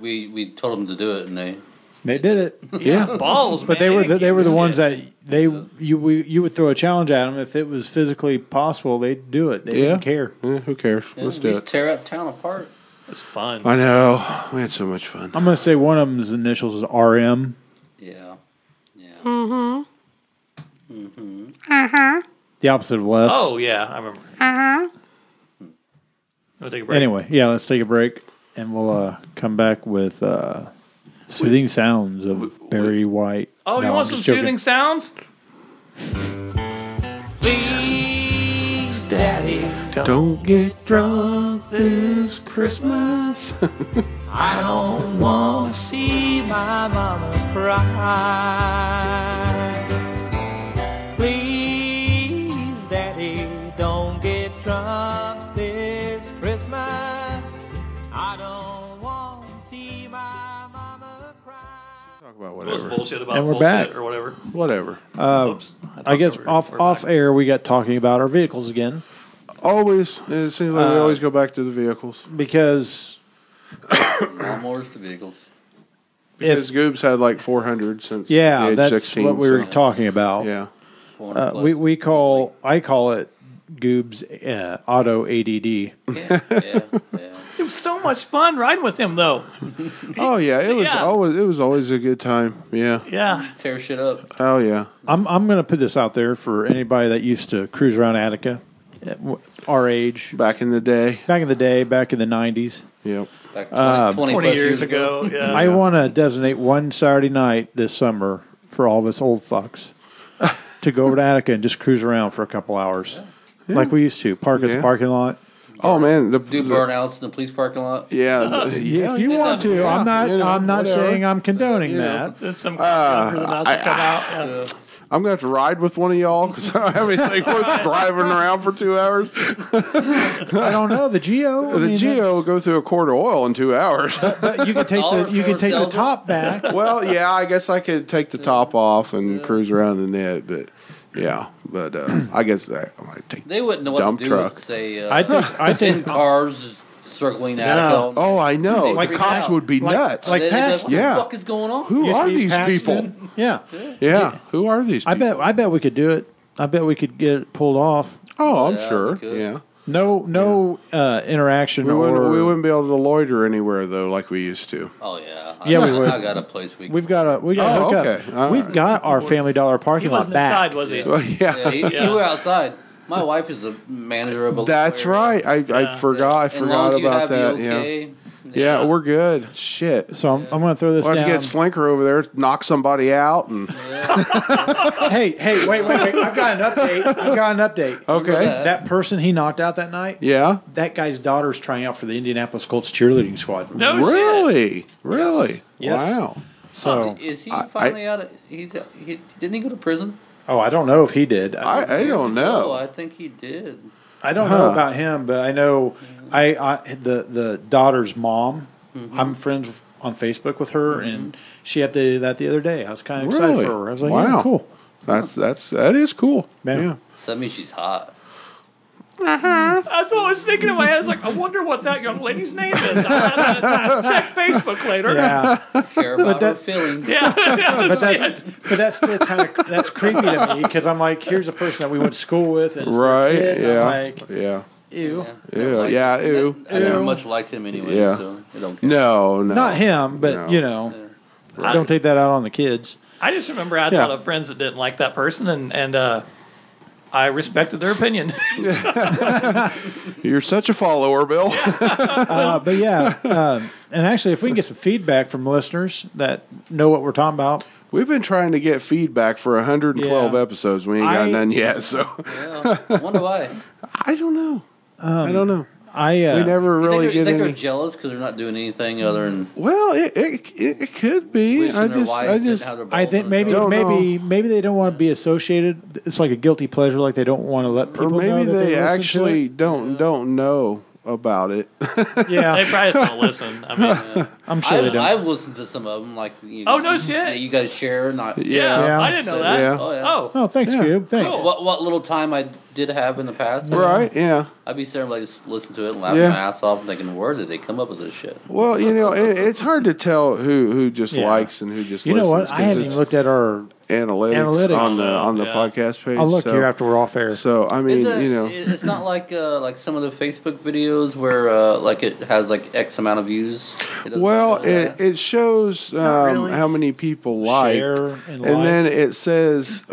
we we told them to do it and they They did it. Yeah. [laughs] Balls, But they were the, they were the ones that they you we, you would throw a challenge at them if it was physically possible they'd do it they Yeah. didn't care Yeah, who cares? yeah, Let's we do just it. tear up town apart. It's fun. Uh, I know. We had so much fun. I'm gonna say one of them's initials is RM Yeah. Yeah. the opposite of less Oh yeah, I remember. Uh huh. We'll take a break. anyway yeah let's take a break and we'll uh, come back with uh, soothing sounds of Barry White Oh, No, you I'm want some just joking. soothing sounds? Don't get drunk this Christmas. Please, Daddy, don't get drunk this Christmas. I don't want to see my mama cry. Talk about That was whatever. bullshit about And we're bullshit back. Uh, or whatever. Whatever. Oops. I talked guess over- off we're off back. air we got talking about our vehicles again Always, it seems like Uh, we always go back to the vehicles. because Lawnmowers to vehicles. Because if Goobs had like 400 since the yeah age that's 16, what we were so- talking about Yeah. Uh, we we call I call it Goob's uh, auto ADD. yeah, yeah, yeah. [laughs] It was so much fun riding with him, though. Oh yeah, it was Yeah. always it was always a good time. Yeah. Yeah. Tear shit up. Oh yeah. I'm I'm gonna put this out there for anybody that used to cruise around Attica, at w- our age Back in the day. back in the day, back in the '90s. Yep. Like 20, Uh, Um, 20 20 plus years, ago. Yeah. I want to designate one Saturday night this summer for all this old [laughs] fucks to go over to Attica and just cruise around for a couple hours, like we used to park at Yeah. the parking lot. Oh man, the Do burnouts in the police parking lot. Yeah. [laughs] the- if you want to, I'm not you know, I'm not whatever. Uh, saying I'm condoning know. [laughs] that. Then some cops younger than us would come out. Yeah. I'm gonna have to ride with one of y'all because [laughs] I don't have anything worth [laughs] driving around for two hours. I don't know the Geo. I [laughs] The mean, that- Geo will go through a quart of oil in two [laughs] hours. But you can take the Dollar you can store take the sells it. top back. well, yeah, I guess I could take the top off and cruise around in that, but yeah, but [clears throat] uh, I guess I, I might take. They wouldn't know what Dump to do. truck. With, say, uh, I [laughs] think I ten think cars circling Yeah. out. Oh, I know. Like the freak cops out. would be Like- nuts. like- They- they'd be Pax- what yeah. the fuck is going on? who you are see these Paxton. people? Yeah, Yeah, who are these? I people? bet I bet we could do it. I bet we could get it pulled off. Oh, I'm Yeah, we sure. could. Yeah, No, no uh, interaction We or wouldn't, we wouldn't be able to loiter anywhere though, like we used to. [laughs] Oh yeah. I Yeah, got, we would. I got a place we. We've got a we got Oh, to hook okay. up. All We've right. got our Family Dollar He parking lot wasn't back. inside, was he? Yeah. yeah. Yeah, he, Yeah. you were outside. My wife is the manager of [laughs] a. That's right. I, I forgot. I As long forgot as you about that. have me Yeah. okay, yeah, we're good. Shit. So I'm, I'm going to throw this We'll have down. to get Slinker over there, knock somebody out, and hey, hey, wait, wait, wait! I've got an [laughs] update. I've got an update. okay, That person he knocked out that night. yeah, That guy's daughter's trying out for the Indianapolis Colts cheerleading squad. No Oh, shit. really, really, Yes. wow. So, Is he I- finally out? Of, he's out- he, didn't he go to prison? oh, I don't know if he did. I, I, I don't No, know. I think he did. I don't know about him, but I know I, I the the daughter's mom. Mm-hmm. I'm friends on Facebook with her, and she updated that the other day. I was kind of excited Really? for her. I was like, Wow. yeah, [laughs] cool. That's that's that is cool. Man. Yeah, So that means [laughs] she's hot. That's what I was thinking in my head. I was like, I wonder what that young lady's name is. I had to check Facebook later. Yeah, Care about her that- feelings. Yeah, yeah, but that's shit. but that's still kind of that's creepy to me because I'm like, here's a person that we went to school with, and it's their right. kid, and I'm Yeah, like, yeah. ew. Ew, yeah, ew. I never Ew. much liked him anyway, Yeah. so I don't care. No, no, Not him, but No. you know, don't take that out on the kids. I just remember I had Yeah. a lot of friends that didn't like that person, and and uh, I respected their opinion. [laughs] You're such a follower, Bill. Uh, but yeah, um, and actually, if we can get some feedback from listeners that know what we're talking about, [laughs] We've been trying to get feedback for 112 Yeah. episodes. We ain't got I- none yet, so Yeah. Wonder [laughs] why. [laughs] I don't know. Um, I don't know. I uh, We never really you think, get they're, think any. they're jealous because they're not doing anything other than Well, it it, it, it could be. wishing I their just wives I didn't just have their I balls think in maybe their Don't maybe maybe they don't want to be associated. It's like a guilty pleasure, like they don't want to let people or maybe know that they, listen to actually it. don't don't know about it. [laughs] they [laughs] Yeah, probably just don't listen. I mean, uh, I'm sure they I've, don't. I've listened to some of them, like you Oh, no you- shit. You guys share, not yeah, Yeah. I didn't know that. Yeah. Oh yeah. Oh, oh, thanks, Yeah. Cube. Thanks. Cool. What what little time I did have in the past, I- Right? Yeah. I'd be sitting there, like just listen to it and laughing Yeah. my ass off, and thinking, where did they come up with this shit? Well, you know, it, it's hard to tell who who just Yeah. likes and who just You know what? I listens 'cause haven't it's even looked at our. analytics, Analytics. on the on the Yeah. podcast page. I'll look so, here after we're off air. So I mean, It's a- you know, it- it's not like uh, like some of the Facebook videos where uh, like it has like X amount of views. It doesn't Well, show it, that. it shows um, how many people like, Share and and, liked. then it says,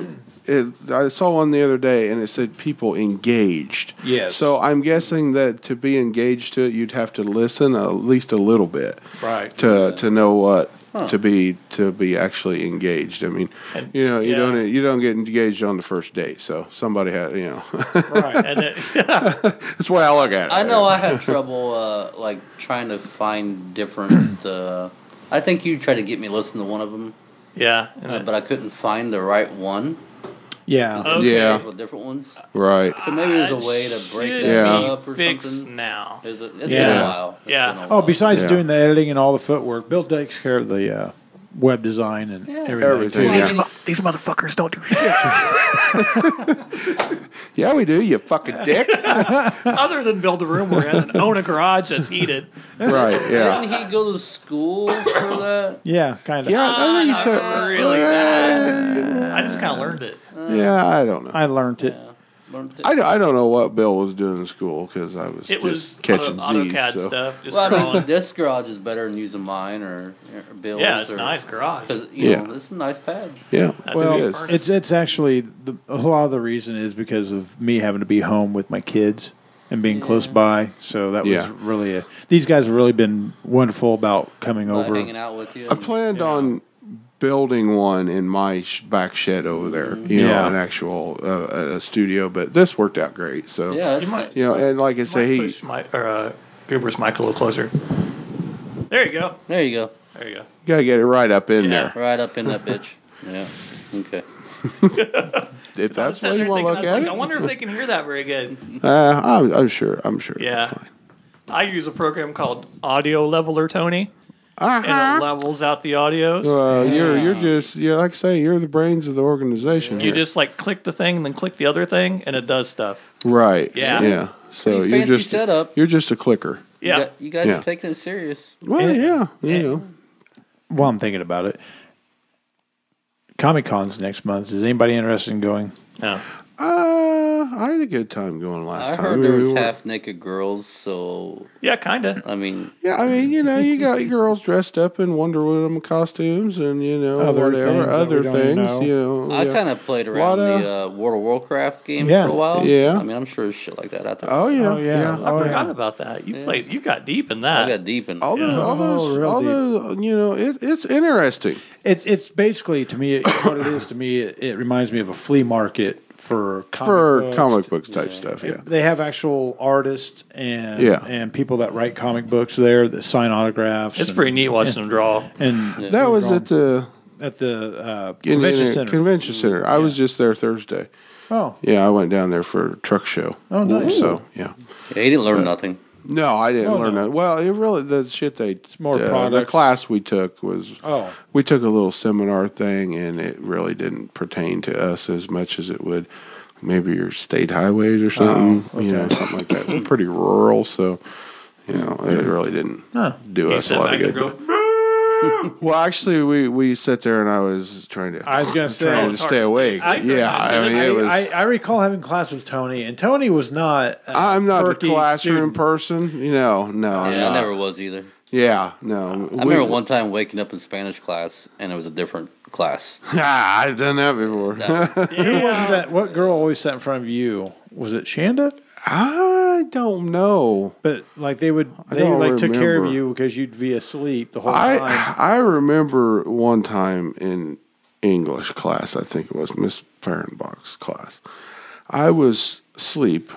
it, I saw one the other day, and it said people engaged. Yes. So I'm guessing that to be engaged to it, you'd have to listen at least a little bit, Right. [laughs] To to know what to be to be actually engaged. I mean, you know, you yeah. don't you don't get engaged on the first date, so somebody had you know. [laughs] Right. and it, that's the way I look at it. I know I had trouble uh, like trying to find different. Uh, I think you tried to get me to listen to one of them, [laughs] yeah, and uh, it- but I couldn't find the right one. Yeah. Uh, okay. Yeah. Several different ones. Right. So maybe there's a That way to break should that Yeah. be up or fixed something. now. There's a, it's been Yeah. a while. It's Yeah. been a Oh, while. besides Yeah. doing the editing and all the footwork, Bill takes care of the uh, web design and everything. Everything. too. Yeah. Well, These motherfuckers don't do shit Yeah, we do. You fucking [laughs] dick. other than build the room we're in and own a garage that's heated. right. Yeah. Didn't he go to [laughs] school for that? Yeah, kind of. Yeah, I think he took. Really bad. I just kind of learned it. Uh, Yeah, I don't know. I learned it. Learned to- I don't, I don't know what Bill was doing in school because I was It just was catching auto, Z's. AutoCAD so. stuff. Just Well, I mean, [laughs] drawing. this garage is better than using mine or, or Bill's. yeah, it's or, nice garage. Because, you Yeah. know, this is a nice pad. Yeah, Well, it is. furnace. it's it's actually the, a lot of the reason is because of me having to be home with my kids and being close by. So that Yeah. was really a, these guys have really been wonderful about coming Like, over. hanging out with you. I and- planned on building one in my sh- back shed over there. You know, Yeah. an actual uh, a studio, but this worked out great. So Yeah, it's You nice. might- you know, and like I say, he Push my, or, uh, Goober's mic a little closer. There you go. There you go. There you go. gotta get it right up in Yeah. Right up [laughs] in that bitch. Yeah. Okay. there. If that's I the was sitting way you want there to look thinking, I was at like, I wonder if they can hear that very good. it, uh, I'm, I'm sure. I'm sure. it'll be Yeah. fine. I use a program called Audio Leveler Tony, and it levels out the audios. Well, Uh, you're you're just you like I say you're the brains of the organization. you here. just like click the thing and then click the other thing, and it does stuff. right. Yeah. Yeah. So Pretty you're fancy just setup. you're just a clicker. Yeah. You, got- you guys Yeah. are taking it serious. Well, yeah, you Yeah. know. While I'm thinking about it, Comic Con's next month. Is anybody interested in going? No. Uh, I had a good time going last I time. heard there We was were- half naked girls, so Yeah, kind of. I mean, Yeah, I mean, you know, you got [laughs] your girls dressed up in Wonder Woman costumes and you know Other whatever things that we other don't even things. know. You know, I yeah. kind of played around Lotta- the uh, World of Warcraft game Yeah. for a while. Yeah. I mean, I'm sure there's shit like that out there. Oh yeah, Oh, yeah. yeah. I Oh, forgot yeah. about that. You played. You got deep in I that. got deep in. All those, Yeah. all those, Oh, real all deep. those. You know, it, it's interesting. It's it's basically to me what it is to me. It, it reminds me of a flea market for comic for books. comic books type stuff. Yeah, They have actual artists and Yeah. and people that write comic books there that sign autographs. It's and- pretty neat watching them draw. And that was drawn. at the at the uh, Indiana convention center. Convention Center. I was just there Thursday. oh, Yeah, I went down there for a truck show. Oh, nice. So yeah, Yeah, he didn't learn nothing. no, I didn't Oh, learn no. that. Well, it really the shit they more the products. class we took was oh, we took a little seminar thing and it really didn't pertain to us as much as it would maybe your state highways or something Oh, you know something like that we're pretty rural so you know it really didn't do You us a sit lot back of and good go. [laughs] well actually we we sat there and i was trying to I was gonna say. trying Oh, to sorry, stay stay awake asleep. yeah i mean it was I, I, I recall having class with Tony, and Tony was not. i am not a perky classroom student. person, you know. No, I'm Yeah, not. I never was either. Yeah, no. I remember one time waking up in Spanish class and it was a different class. Ah, I've done that before. Who was it that? What girl always sat in front of you? Was it Shanda? I don't know. But like they would, I they don't like took care of remember. you because you'd be asleep the whole I time. I remember one time in English class, I think it was Miss Fehrenbach's class. I was asleep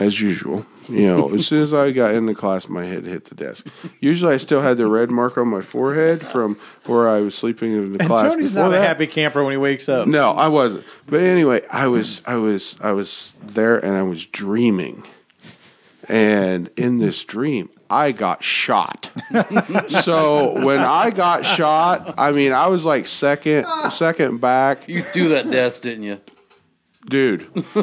as usual. You know, as soon as I got into class, my head hit the desk. Usually, I still had the red mark on my forehead from where I was sleeping in the And class. Tony's before not a that. happy camper when he wakes up. No, I wasn't. But anyway, I was I was I was there and I was dreaming. And in this dream, I got shot. [laughs] so when I got shot, I mean, I was like second second back You [laughs] threw that desk, didn't you? dude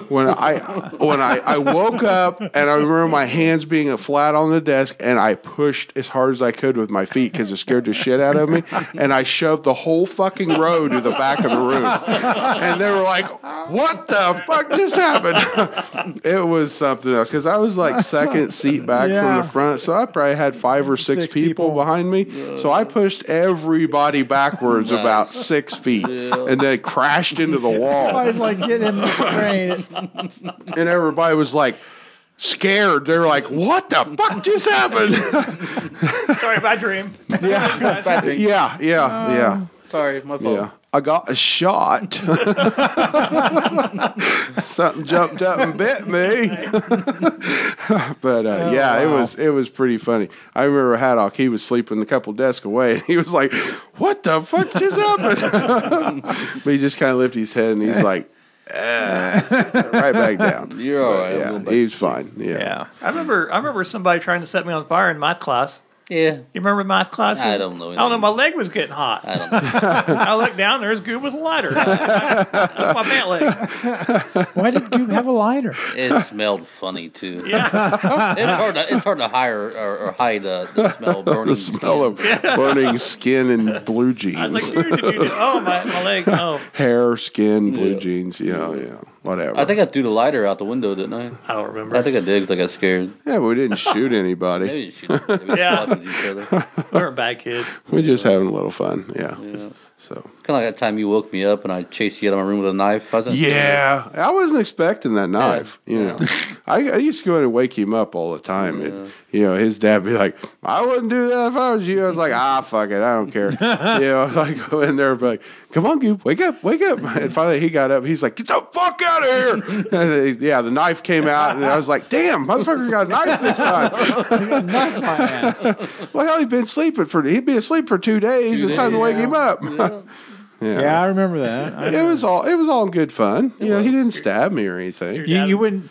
when i when I, I woke up and i remember my hands being flat on the desk and i pushed as hard as i could with my feet because it scared the shit out of me and i shoved the whole fucking row to the back of the room and they were like what the fuck just happened [laughs] it was something else because i was like second seat back from Yeah. the front so i probably had five or six, Six people, people. behind me so i pushed everybody backwards about six feet and then crashed into the wall I was like, get him the train. and everybody was like scared. They were like, "What the fuck just happened?" Sorry, bad dream. [laughs] yeah, yeah, yeah, Sorry, my fault. yeah. Um, I got a shot. [laughs] Something jumped up and bit me. [laughs] but uh, yeah, it was it was pretty funny. I remember Haddock. He was sleeping a couple desks away, and he was like, "What the fuck just happened?" [laughs] but he just kind of lifted his head, and he's like, "Eh," "Right back down." You're all right. I'm Yeah, going back. he's fine. Yeah. I remember. I remember somebody trying to set me on fire in math class. Yeah. You remember math class? I don't know I don't know. anything. My leg was getting hot. [laughs] I don't looked down. There's Goob with a [laughs] lighter. That's my pant leg. Why did you have a lighter? [laughs] It smelled funny too. Yeah. It's hard. To, it's hard to hide or, or, or hide uh, [laughs] the smell of burning. the smell of [laughs] burning skin and blue jeans, I was like, "Dude, dude, [laughs] dude, oh my, my leg. Oh, hair, skin, blue Yeah. jeans. Yeah, yeah, whatever. I think I threw the lighter out the window, didn't I? I don't remember. I think I did because I got scared. yeah, but we [laughs] didn't shoot Maybe anybody. [laughs] you should. Maybe Yeah. yeah. with each other. Kind we were bad kids. we just having a little fun. Yeah. So of like that time you woke me up and I chased you out of my room with a knife. I was like, yeah, I wasn't expecting that knife. You know, I, I used to go in and wake him up all the time, and you know his dad be like, "I wouldn't do that if I was you." I was like, "Ah, fuck it, I don't [laughs] care." you know, I go in there and be like, "Come on, Goop, wake up, wake up!" And finally he got up. He's like, "Get the fuck out of [laughs] here!" And uh, yeah, the knife came out, and I was like, "Damn, motherfucker got a knife this time." [laughs] Well, hell, he'd been sleeping for he'd been asleep for two days. it's time to wake him up. Yeah. Yeah, I remember [laughs] that. I- it was all it was all in good fun. you know, he was. didn't stab me or anything. you, you wouldn't.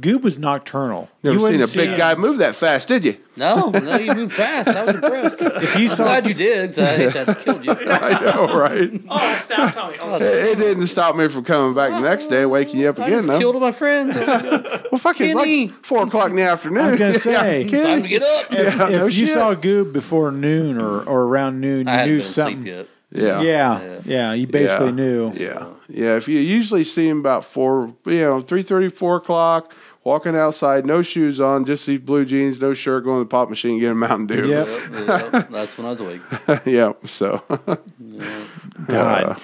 Goob was nocturnal. Never you seen a wouldn't big [laughs] guy move that fast, [laughs] did you? No, no, you moved fast. I was impressed. [laughs] If you saw Glad you did, 'cause I hate that killed you. I know, right? Oh, stop, Tommy. Oh, stop. It didn't stop me from coming back the next day, and waking you up I again. just Though, killed my friend. Time well, fuck, it's like Kenny. four o'clock in the afternoon. I was gonna [laughs] Yeah, say. Kenny. to get up. [laughs] if no you shit. saw Goob before noon or, or around noon, I you hadn't knew been asleep something. yet. Yeah. Yeah, yeah. You basically yeah. knew. Yeah. Yeah. If you usually see him about four, you know, three thirty, four o'clock, walking outside, no shoes on, just these blue jeans, no shirt, going to the pop machine, getting a Mountain Dew. Yep. Yep, yep, that's when I was awake. [laughs] yeah. So, God.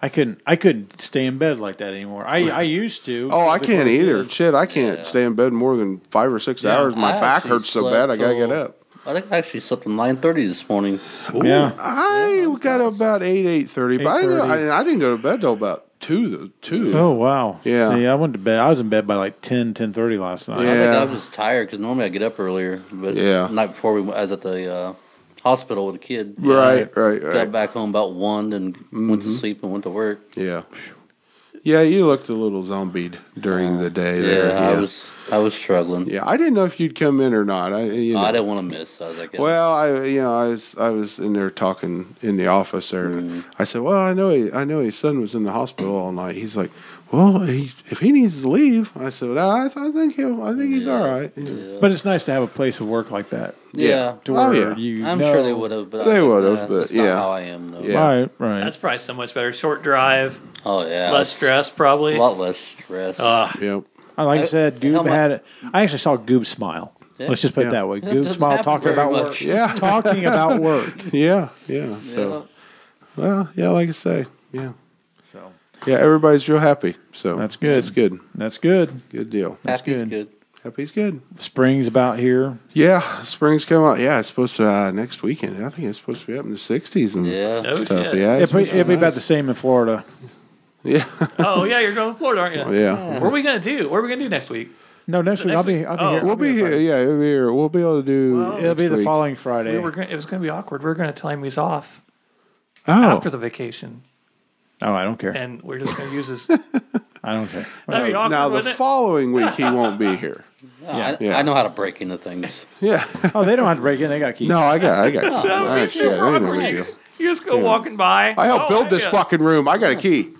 I couldn't. I couldn't stay in bed like that anymore. I, I used to. [laughs] oh, I can't before either. kids. Shit, I can't stay in bed more than five or six Yeah. hours. My I back actually hurts so bad, I Ah, slept got to get till- up. I think I actually slept till nine thirty this morning. Yeah, I got up about eight eight thirty, but I didn't, 8:30. I, I didn't go to bed till about two. The two. Oh wow. Yeah. See, I went to bed. I was in bed by like 10, 10.30 last night. I Yeah. think I was tired because normally I get up earlier, but Yeah. the night before we went, I was at the uh, hospital with a kid. Right, right, Mm-hmm. Got right. back home about one, and went to sleep and went to work. Yeah. Yeah, you looked a little zombied during the day. Yeah, There. I was I was struggling. Yeah, I didn't know if you'd come in or not. I, you know. I didn't want to miss. I was like, Well, I you know I was I was in there talking in the office there, Mm-hmm. and I said, well, I know he, I know his son was in the hospital all night. He's like, well, he, if he needs to leave, I said, no, I, I think he'll, I think he's all right. But it's nice to have a place of work like that. yeah, To Oh, where yeah. you I'm know- sure they would have. but They I- would've, uh, but that's not yeah. how I am though. Yeah. Right, right. That's probably so much better. Short drive, Oh less yeah, that's stress, probably. a lot less stress. Ah, Yep. I like I said, Goob how mu- had. it. I actually saw Goob smile. Let's just put it that way. That Goob doesn't smile happen talking very about much. work. Yeah. [laughs] talking about work. Yeah. Yeah. So. Yeah. Well, yeah, like I say, yeah, So yeah. Everybody's real happy, so That's good. That's good. that's good. Good deal. Happy's good. good. Happy's good. Spring's about here. Yeah, spring's come out. Yeah, it's supposed to uh, next weekend. I think it's supposed to be up in the sixties and Yeah. no stuff. Oh, shit. Yeah, it's It'll be, supposed to it'll be about the same in Florida. be- yeah, Oh yeah, you're going to Florida, [laughs] aren't you? yeah. What are we gonna do? What are we gonna do next week? No, next week next I'll be. week? I'll be Oh. here. We'll I'll be here. Friday. Yeah, it'll be here. We'll be able to do. It'll be Oh, next the week. following Friday. We were gonna, it was gonna be awkward. We are gonna time he's off Oh, after the vacation, oh, I don't care. and we're just gonna use [laughs] his. That'd I don't care. be awkward. now the wouldn't it? following week he won't be here. [laughs] I, Yeah. I know how to break [laughs] into things. Yeah. Oh, they don't have to break in. They got keys. No, I got. I got. That would I be got shit. super I ain't no awkward. big deal. You just go walking by. I helped Oh, build this yeah. fucking room. I got a key.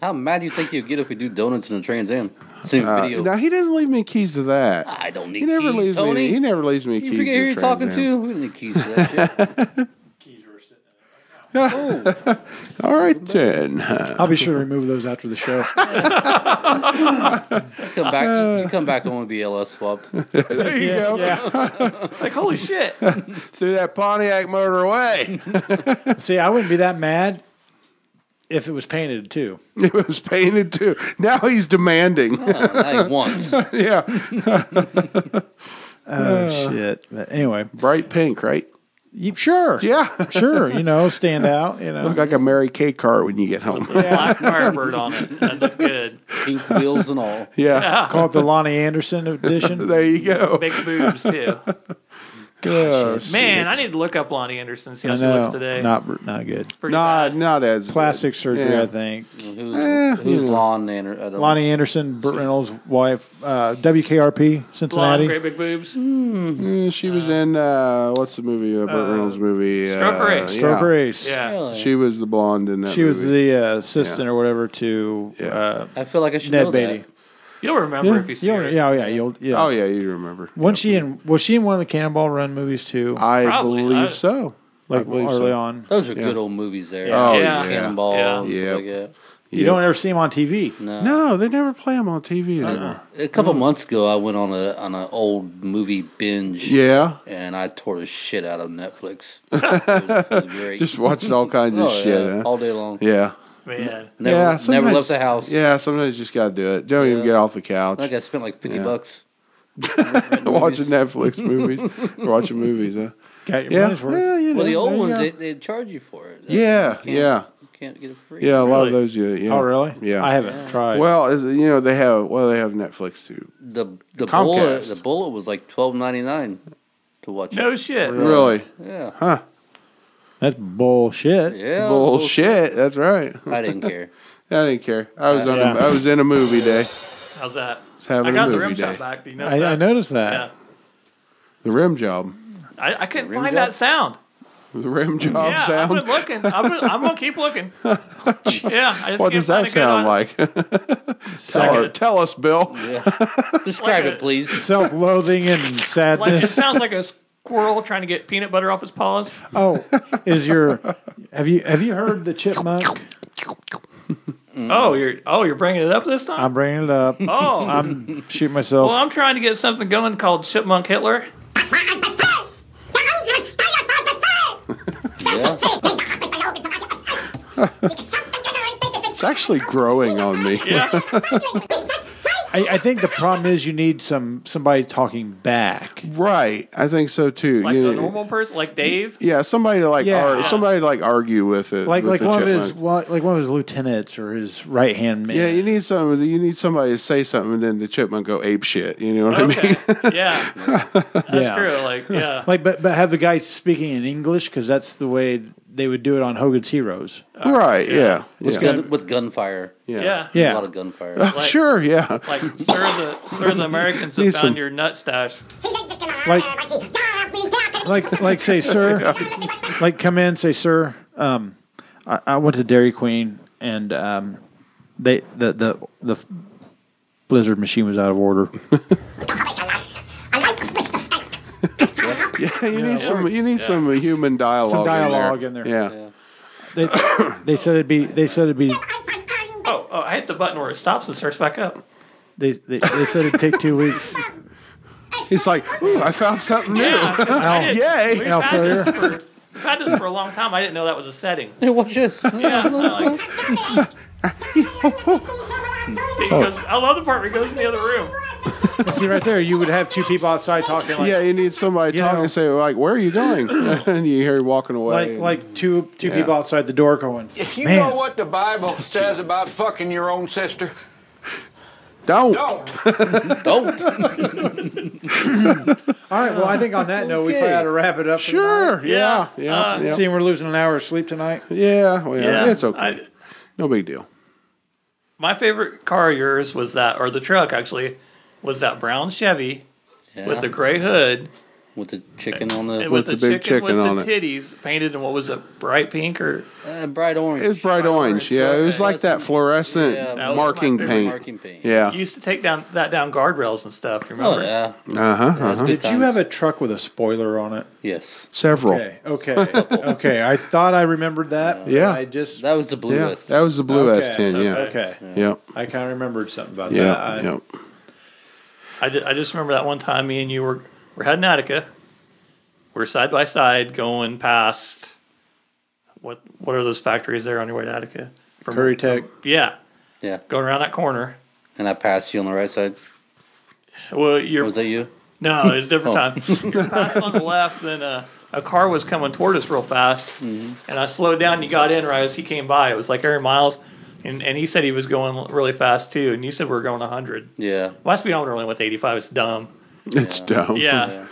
How mad do you think you'd get if we do donuts in the Trans Am? Same Uh, video. now he doesn't leave me keys to that. I don't need He never keys, leaves Tony. me. He never leaves me keys. you forget to who you're Trans talking Am. to? We don't need keys to that shit. All right then. [laughs] I'll be sure to remove those after the show. Come back. You come back. I want to be [laughs] LS swapped. There you go. Like holy [laughs] shit! Through that Pontiac motorway. See, I wouldn't be that mad if it was painted too. [laughs] it was painted too. Now he's [laughs] demanding. Oh, not once. [laughs] yeah. Oh shit! But anyway, Bright pink, right? you, sure, Yeah. [laughs] sure. You know, stand out. You know, Look like a Mary Kay car when you get home. [laughs] Black Firebird on it. That looked good. Pink wheels [laughs] and Eh, all. Yeah. call it the Lonnie Anderson [laughs] edition. There you go. Big boobs [laughs] too. Gosh. Man, I need to look up Lonnie Anderson and see how I she looks know, today. not not good. Pretty bad. Not, not as Plastic surgery, Yeah. I think. Who's Eh, who's you know. Lon Nanner? I don't Lonnie Anderson, Burt Reynolds' wife, uh, WKRP, Blonde, Cincinnati. great big boobs. Mm, She was in uh, what's the movie? Uh, Burt Reynolds movie. Uh, Stroker Ace. yeah. Stroke Race. Yeah. Really? She was the blonde in that. She was movie. the uh, assistant or whatever to Yeah. uh, I feel like I should Ned know Beatty. that. You'll remember if you see Yeah, her. yeah, yeah, you'll, yeah. Oh yeah, you remember. Wasn't she in? Was she in one of the Cannonball Run movies too? I Probably. I- believe so. I like believe early so. on, Those are Yeah. good old movies there. Oh Yeah. yeah. Cannonball. Yeah. and stuff like that. you don't ever see him on TV. No. No, they never play them on TV anymore. A couple Mm-hmm. months ago, I went on a on an old movie binge. Yeah, And I tore the shit out [laughs] of Netflix. It was, it was great. just watching all kinds of [laughs] Oh, yeah, shit. huh? all day long. Yeah. Man. Never, yeah, never sometimes- left the house. Yeah, sometimes you just got to do it. Don't even Yeah. get off the couch. I think I spent like fifty Yeah. bucks. [laughs] watching [laughs] Netflix movies, or watching movies, huh? Got your Yeah. money's worth. Yeah, you know, Well, the old there you ones go. they, they charge you for it. Yeah, You can't- yeah, You can't get it free. yeah. A lot Really? of those. Yeah, yeah. Oh, really? Yeah. I haven't tried. Well, is, you know they have. Well, they have Netflix too. The the bullet Comcast. the bullet was like twelve ninety nine to watch. No it. shit. Really? Yeah. Huh? That's bullshit. Yeah. Bullshit. That's right. bullshit. I didn't [laughs] care. I didn't care. I was on. yeah. A, I was in a movie day. How's that? It's having I got a the movie rim day. shot back. Do you notice I, that? I noticed that. Yeah. The rim job. I, I couldn't Rim find job? that sound. The rim job yeah, sound. I've been looking. I've been, I'm gonna keep [laughs] looking. yeah. I just can't What find does that a good one. sound like? Like tell, a- tell us, Bill. Yeah. Describe Like a- it, please. Self-loathing and Like it sadness. sounds like a s- squirrel trying to get peanut butter off his paws. Oh, is your have you have you heard the chipmunk? Mm. Oh, you're oh you're bringing it up this time. I'm bringing it up. oh, I'm shooting myself. well, I'm trying to get something going called Chipmunk [laughs] Hitler. It's actually growing on me. Yeah, I, I think the problem is you need some somebody talking back. Right. I think so too. like You- a normal person, like [laughs] Dave. yeah, somebody to like Yeah. ar- somebody to like argue with it. Like with like the one of his chipmunk. one- like one of his lieutenants or his right hand man. Yeah, you need some you need somebody to say something and then the chipmunk go ape shit. You know what I Okay, mean? yeah, that's Yeah. true. Like yeah, Like but but have the guy speaking in English because that's the way they would do it on Hogan's Heroes. [laughs] right, yeah. Yeah. Gun, with gunfire. Yeah. yeah. Yeah. A lot of gunfire. Like, [laughs] Sure, yeah. Like sir, the sir, the Americans have Need found some- your nut stash. Like like like [laughs] say sir, like come in say sir. Um, I, I went to Dairy Queen and um, they the the the Blizzard machine was out of order. Yeah, you need some you need some uh, human dialogue. Some dialogue in in there. there. Yeah. They they said it'd be they said it'd be Oh, oh, I hit the button where it stops and starts back up. they they, they said it'd take two weeks. He's like, ooh, I found something new. Yeah, 'cause I didn't- Yay. We've Al had this for we've had this for a long time. I didn't know that was a setting. It was just. Yeah, like, see, he goes- I love the part where he goes in the other room. See right there, you would have two people outside talking like yeah, you need somebody You talking know- and say, like, where are you going? [laughs] and you hear him walking away. like like two two people outside the door going. You Man. know what the Bible says about fucking your own sister? Don't. Don't. [laughs] Don't. All right, well I think on that note we probably ought to wrap it up. for tonight. Sure. Yeah. Yeah, Yeah. uh, Yeah. yeah. Seeing we're losing an hour of sleep tonight. well, Yeah, It's okay. I- no big deal. My favorite car of yours was that, or the truck actually, was that brown Chevy with the gray hood With the chicken on and with, the With the, the big chicken, chicken with on the titties painted in what was it, bright pink or uh, bright orange. It was bright orange, orange. Yeah. It was like that fluorescent Yeah, that was marking my paint. Marking paint. Yeah. you used to take down that down guardrails and stuff. You remember? Oh yeah. Uh huh. That was good Did you times. have a truck with a spoiler on it? Yes. Several. Okay, okay, okay. I thought I remembered that. but Yeah. I just That was the blue Yeah. list. That was the blue Okay, S10. Yeah. okay. Yep. I kind of remembered something about Yeah. that. I, Yep. I, ju- I just remember that one time me and you were were heading Attica. We're side by side going past what what are those factories there on your way to Attica? From Curry Tech. Yeah, yeah. going around that corner. And I passed you on the right side. Well, you're Was that you? no, it's a different Oh. time. You're passing on the left, then uh, a car was coming toward us real fast, Mm-hmm. and I slowed down. And you got in right as he came by. It was like Aaron Miles, and, and he said he was going really fast too, and you said we are going 100. Yeah. My speedometer only went to 85. It's dumb. It's dumb. Yeah.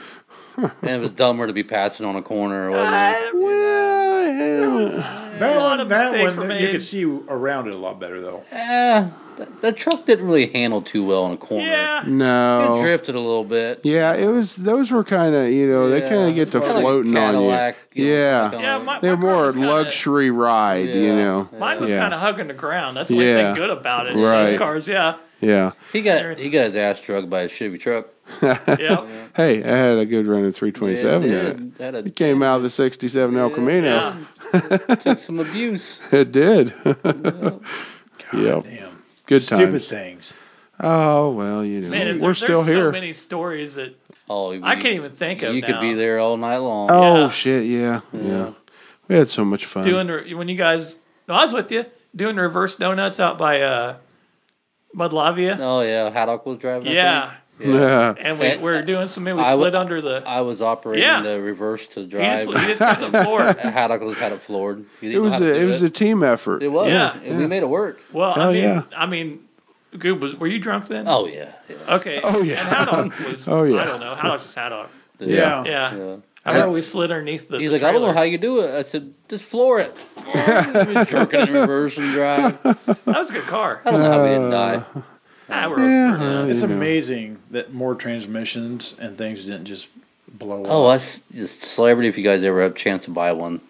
And it was dumber to be passing on a corner or Uh. whatever. That lot of mistakes were you made. could see around it a lot better though. Eh, that, that truck didn't really handle too well on a corner. Yeah. No. It drifted a little bit. Oh. Yeah, it was. Those were kind of you know they Yeah. kind of get It's to kinda like a floating Cadillac, on you. you know, yeah, like a- Yeah, my, they're my car more was kinda- luxury ride. You Yeah. know. Mine was Yeah. kind of hugging the ground. That's the only Yeah. thing good about it. Right. Those cars, [laughs] yeah, Yeah. He got he got his ass drugged by a Chevy truck. yeah. Hey, I had a good run in It 327. did. It, Had a- came out of the 67 El Camino. Yeah. took some abuse. It did. [laughs] yep. Damn. Good Stupid times. things. Oh well, you know Man, if we're there- still there's here. so many stories that Oh, I can't even think of. You could now. be there all night long. oh Yeah. shit, yeah, yeah, We had so much fun. uh, doing the- when you guys. No, I was with you doing reverse donuts out by uh, Mudlavia. Oh yeah, Haddock was driving. I yeah, think. yeah. and we, we were doing some. We I w- slid under the. I was operating Yeah. the reverse to He drive. just, [laughs] he just got the floor. Haddock just had it floored. You didn't It know was how to a do it was a team effort. It was. Yeah. and we made it work. Well, I Hell mean, Oh, yeah. I mean, Goob was. Were you drunk then? Oh yeah, yeah. Okay. Oh yeah. And Haddock was. [laughs] Oh, yeah. I don't know. Haddock just Haddock. Yeah. Yeah. Yeah. I remember we slid underneath the. He's the like, I don't know trailer. how you do it. I said, just floor [laughs] it. He was Jerking in reverse and drive. I That was a good [laughs] car. don't know how we didn't die. Uh. Ah, we're, Yeah, we're done. It's you know. amazing that more transmissions and things didn't just blow Oh, up. that's just celebrity. If you guys ever have a chance to buy one,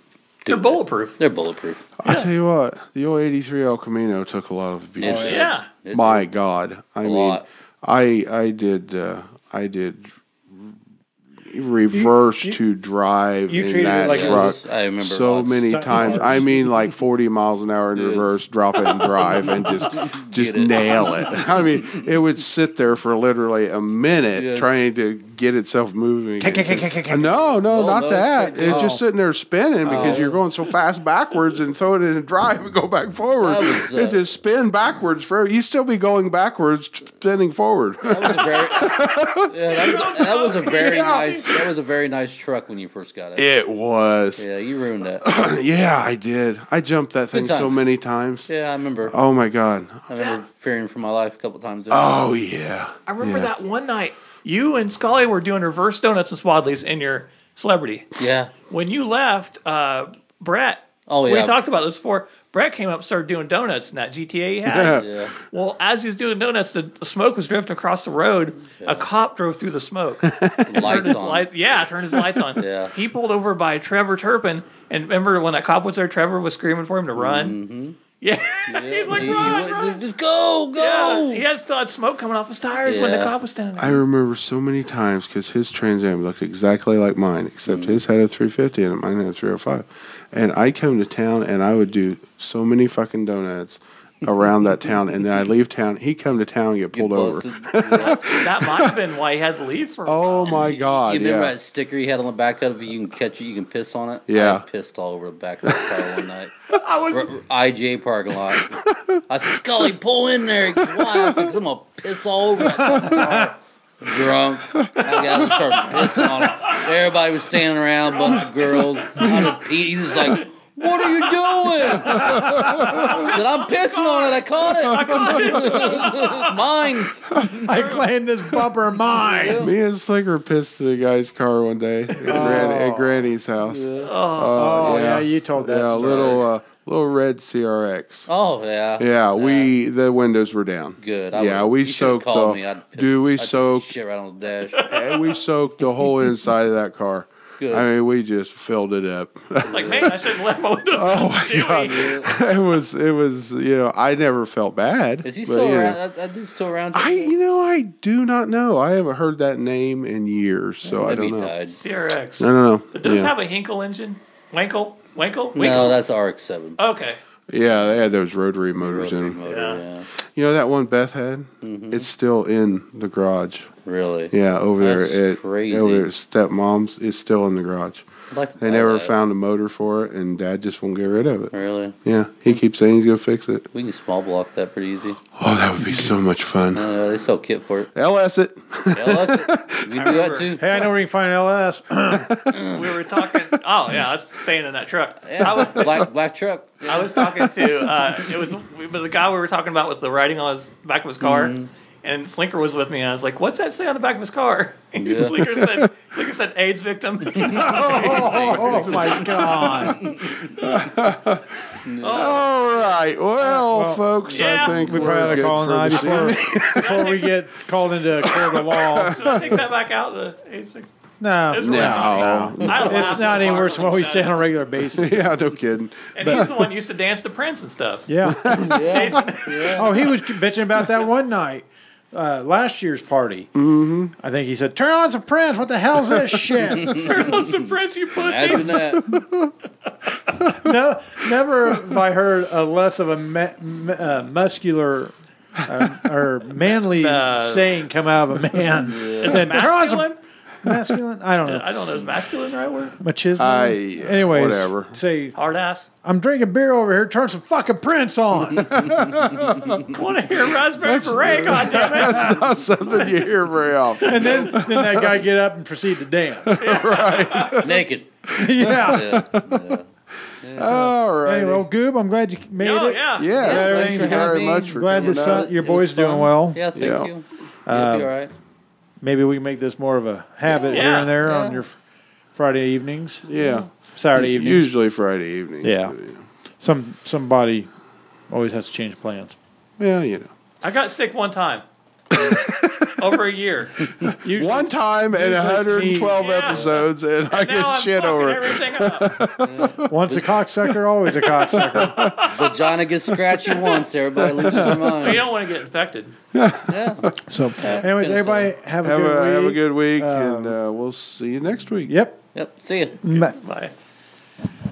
They're do it. bulletproof. They're bulletproof. I tell you what, the old '83 El Camino took a lot of abuse. Yeah. Yeah. It- My God, I mean, lot. I I did uh, I did reverse you- to drive you in treated it that like it truck was- I remember so lots. many Stuck in times. cars. I mean, like forty miles an hour in Yes. reverse, drop it and drive, and just just [laughs] Get it. nail it. [laughs] I mean, it would sit there for literally a minute Yes. trying to get itself moving. Kick, kick, And- kick, kick, kick. No, no, Oh, not no, that. it's It's like- Oh. just sitting there spinning because you're going so fast backwards and throw it in and drive and go back forward. That was, uh, it just spin backwards forever. You still be going backwards, spinning forward. [laughs] That was a very, yeah, that, that was a very nice. That was a very nice truck when you first got it. it was. Yeah, you ruined that. [clears throat] Yeah, I did. I jumped that thing so times. many times. Yeah, I remember. Oh my god. [gasps] I remember fearing for my life a couple times. Oh yeah. I remember Yeah. that one night you and Scully were doing reverse donuts and swadleys in your celebrity. yeah. When you left, uh, Brett, Oh yeah. we talked about this before. Brett came up, and started doing donuts in that GTA he had. Yeah. Well, as he was doing donuts, the smoke was drifting across the road. A cop drove through the [laughs] smoke. turned Lights his on. lights. Yeah, turned his lights on. [laughs] Yeah. He pulled over by Trevor Turpin, and remember when that cop was there? Trevor was screaming for him to run. Mm-hmm. Yeah, [laughs] he's like, He- he run, went, run. Just go, go. Yeah. He had still had smoke coming off his tires when the Yeah. cop was standing I there. remember so many times because his Trans Am looked exactly like mine, Mm. except his had a 350 and mine had a 305. And I come to town and I would do so many fucking donuts [laughs] around that town, and then I leave town. He come to town, get Get pulled over. busted. Yeah. that might have been why he had to leave for. a Oh while. [laughs] my god! You remember Uh, Yeah, that sticker he had on the back of it? You can catch it. You can piss on it. Yeah. I pissed all over the back of the car one night. I was. R- IJ parking lot. I said, Scully, pull in there. Why? I said, 'Cause I'm going to piss all over that car. Drunk. I got to start pissing on it. Everybody was standing around, bunch of girls. I'm a Pete. He was like, What are you doing? I said, I'm pissing on it. I caught it. I caught it. [laughs] Mine. I [laughs] claim this bumper mine. me and Slicker pissed at a guy's car one day [laughs] at, Gran- at Granny's house. Oh, yeah, you told that yeah, story. little uh, little red CRX. Oh, yeah. Yeah, we the windows were down. Good. yeah, would- we you should've soaked called the me. I'd pissed- dude. We I'd soaked shit right on the dash. [laughs] and we soaked the whole inside of that car. Good. I mean, we just filled it [laughs] up. like, man, I shouldn't let my windows [laughs] oh my god, [laughs] it was it was you know I never felt bad. Is he but, still you know, around? That, that dude's still around. I you know I do not know. I haven't heard that name in years, so I Maybe don't know. he I died. CRX. don't know. It does yeah. have a Hinkle engine. Wankel? Wankel? No, Winkle? that's RX-7. okay. yeah, they had those rotary motors Rotary Mm-hmm. in. 'em. motor, Yeah. yeah. You know that one Beth had? It's still in the garage. Really? Yeah, over That's there. At, crazy. Over there, at stepmom's is still in the garage. I'd like to They buy never that. found a motor for it, and Dad just won't get rid of it. Really? Yeah, he keeps saying he's gonna fix it. We can small block that pretty easy. Oh, that would be so much fun. Uh, they sell kit for it. LS it. Yeah, that's [laughs] it. You can do that too. Hey, I know where you can find LS. We were talking. Oh, yeah, I was staying in that truck. I, was, Black black truck. I was talking to, uh, it was we- but the guy we were talking about with the writing on his back of his car. Mm-hmm. And Slinker was with me, and I was like, "What's that say on the back of his car?" [laughs] And Yeah. Slinker said, "Slinker said AIDS victim." [laughs] [laughs] oh my god! All right. Well, folks, yeah. I think We we're probably ought to good call for an eye this before, evening. before we get called into a court of [laughs] law. Should I take that back out? The AIDS victim. No, It's it's No. I laughed not so any hard worse than what we when he say said on a regular [laughs] basis. Yeah, no kidding. it. And he's the one who used to dance to Prince and stuff. Yeah. Jason, [laughs] Oh, he was bitching about that one night, uh, last year's party. Mm-hmm. I think he said, "Turn on some Prince. What the hell's this shit?" turn on some Prince, you Imagine pussies. that. no, never have I heard a less of a ma- m- uh, muscular. uh, or manly Uh, saying come out of a man. Is it masculine? masculine? I don't know. I don't know. Is masculine the right word? Machismo. I- Anyways, whatever. Say, Hard ass. I'm drinking beer over here. Turn some fucking Prince on. Want to hear Raspberry Beret? God [laughs] damn it! That's not something you hear very [laughs] often. and then, then that guy get up and proceed to dance. [laughs] Naked. [laughs] yeah. Yeah. All uh, Anyway, well, right. Goob, I'm glad you made Oh it. yeah. Yeah, Yeah, thank thanks you for very having me. much for Glad coming this, up. uh, your It boy's was doing fun. well. Yeah, thank Yeah. you. You'll be all right. Maybe we can make this more of a habit here Yeah. and there Yeah. on your Friday evenings, Yeah. Saturday evenings. Usually Friday evenings. Yeah. but, Some somebody always has to change plans. Yeah, you know. [laughs] I got sick one time. over a year. Usually One it's- time in usually it's me. 112 Yeah. episodes, and, I And now get I'm shit fucking over it. everything up. once a cocksucker, always a cocksucker. Vagina gets scratchy once, everybody loses their You mind. don't want to get infected. Yeah. [laughs] So, anyways, been so. everybody have a Have good a, week. have a good week, Um, and uh, we'll see you next week. Yep. Yep. See ya. Bye. Bye.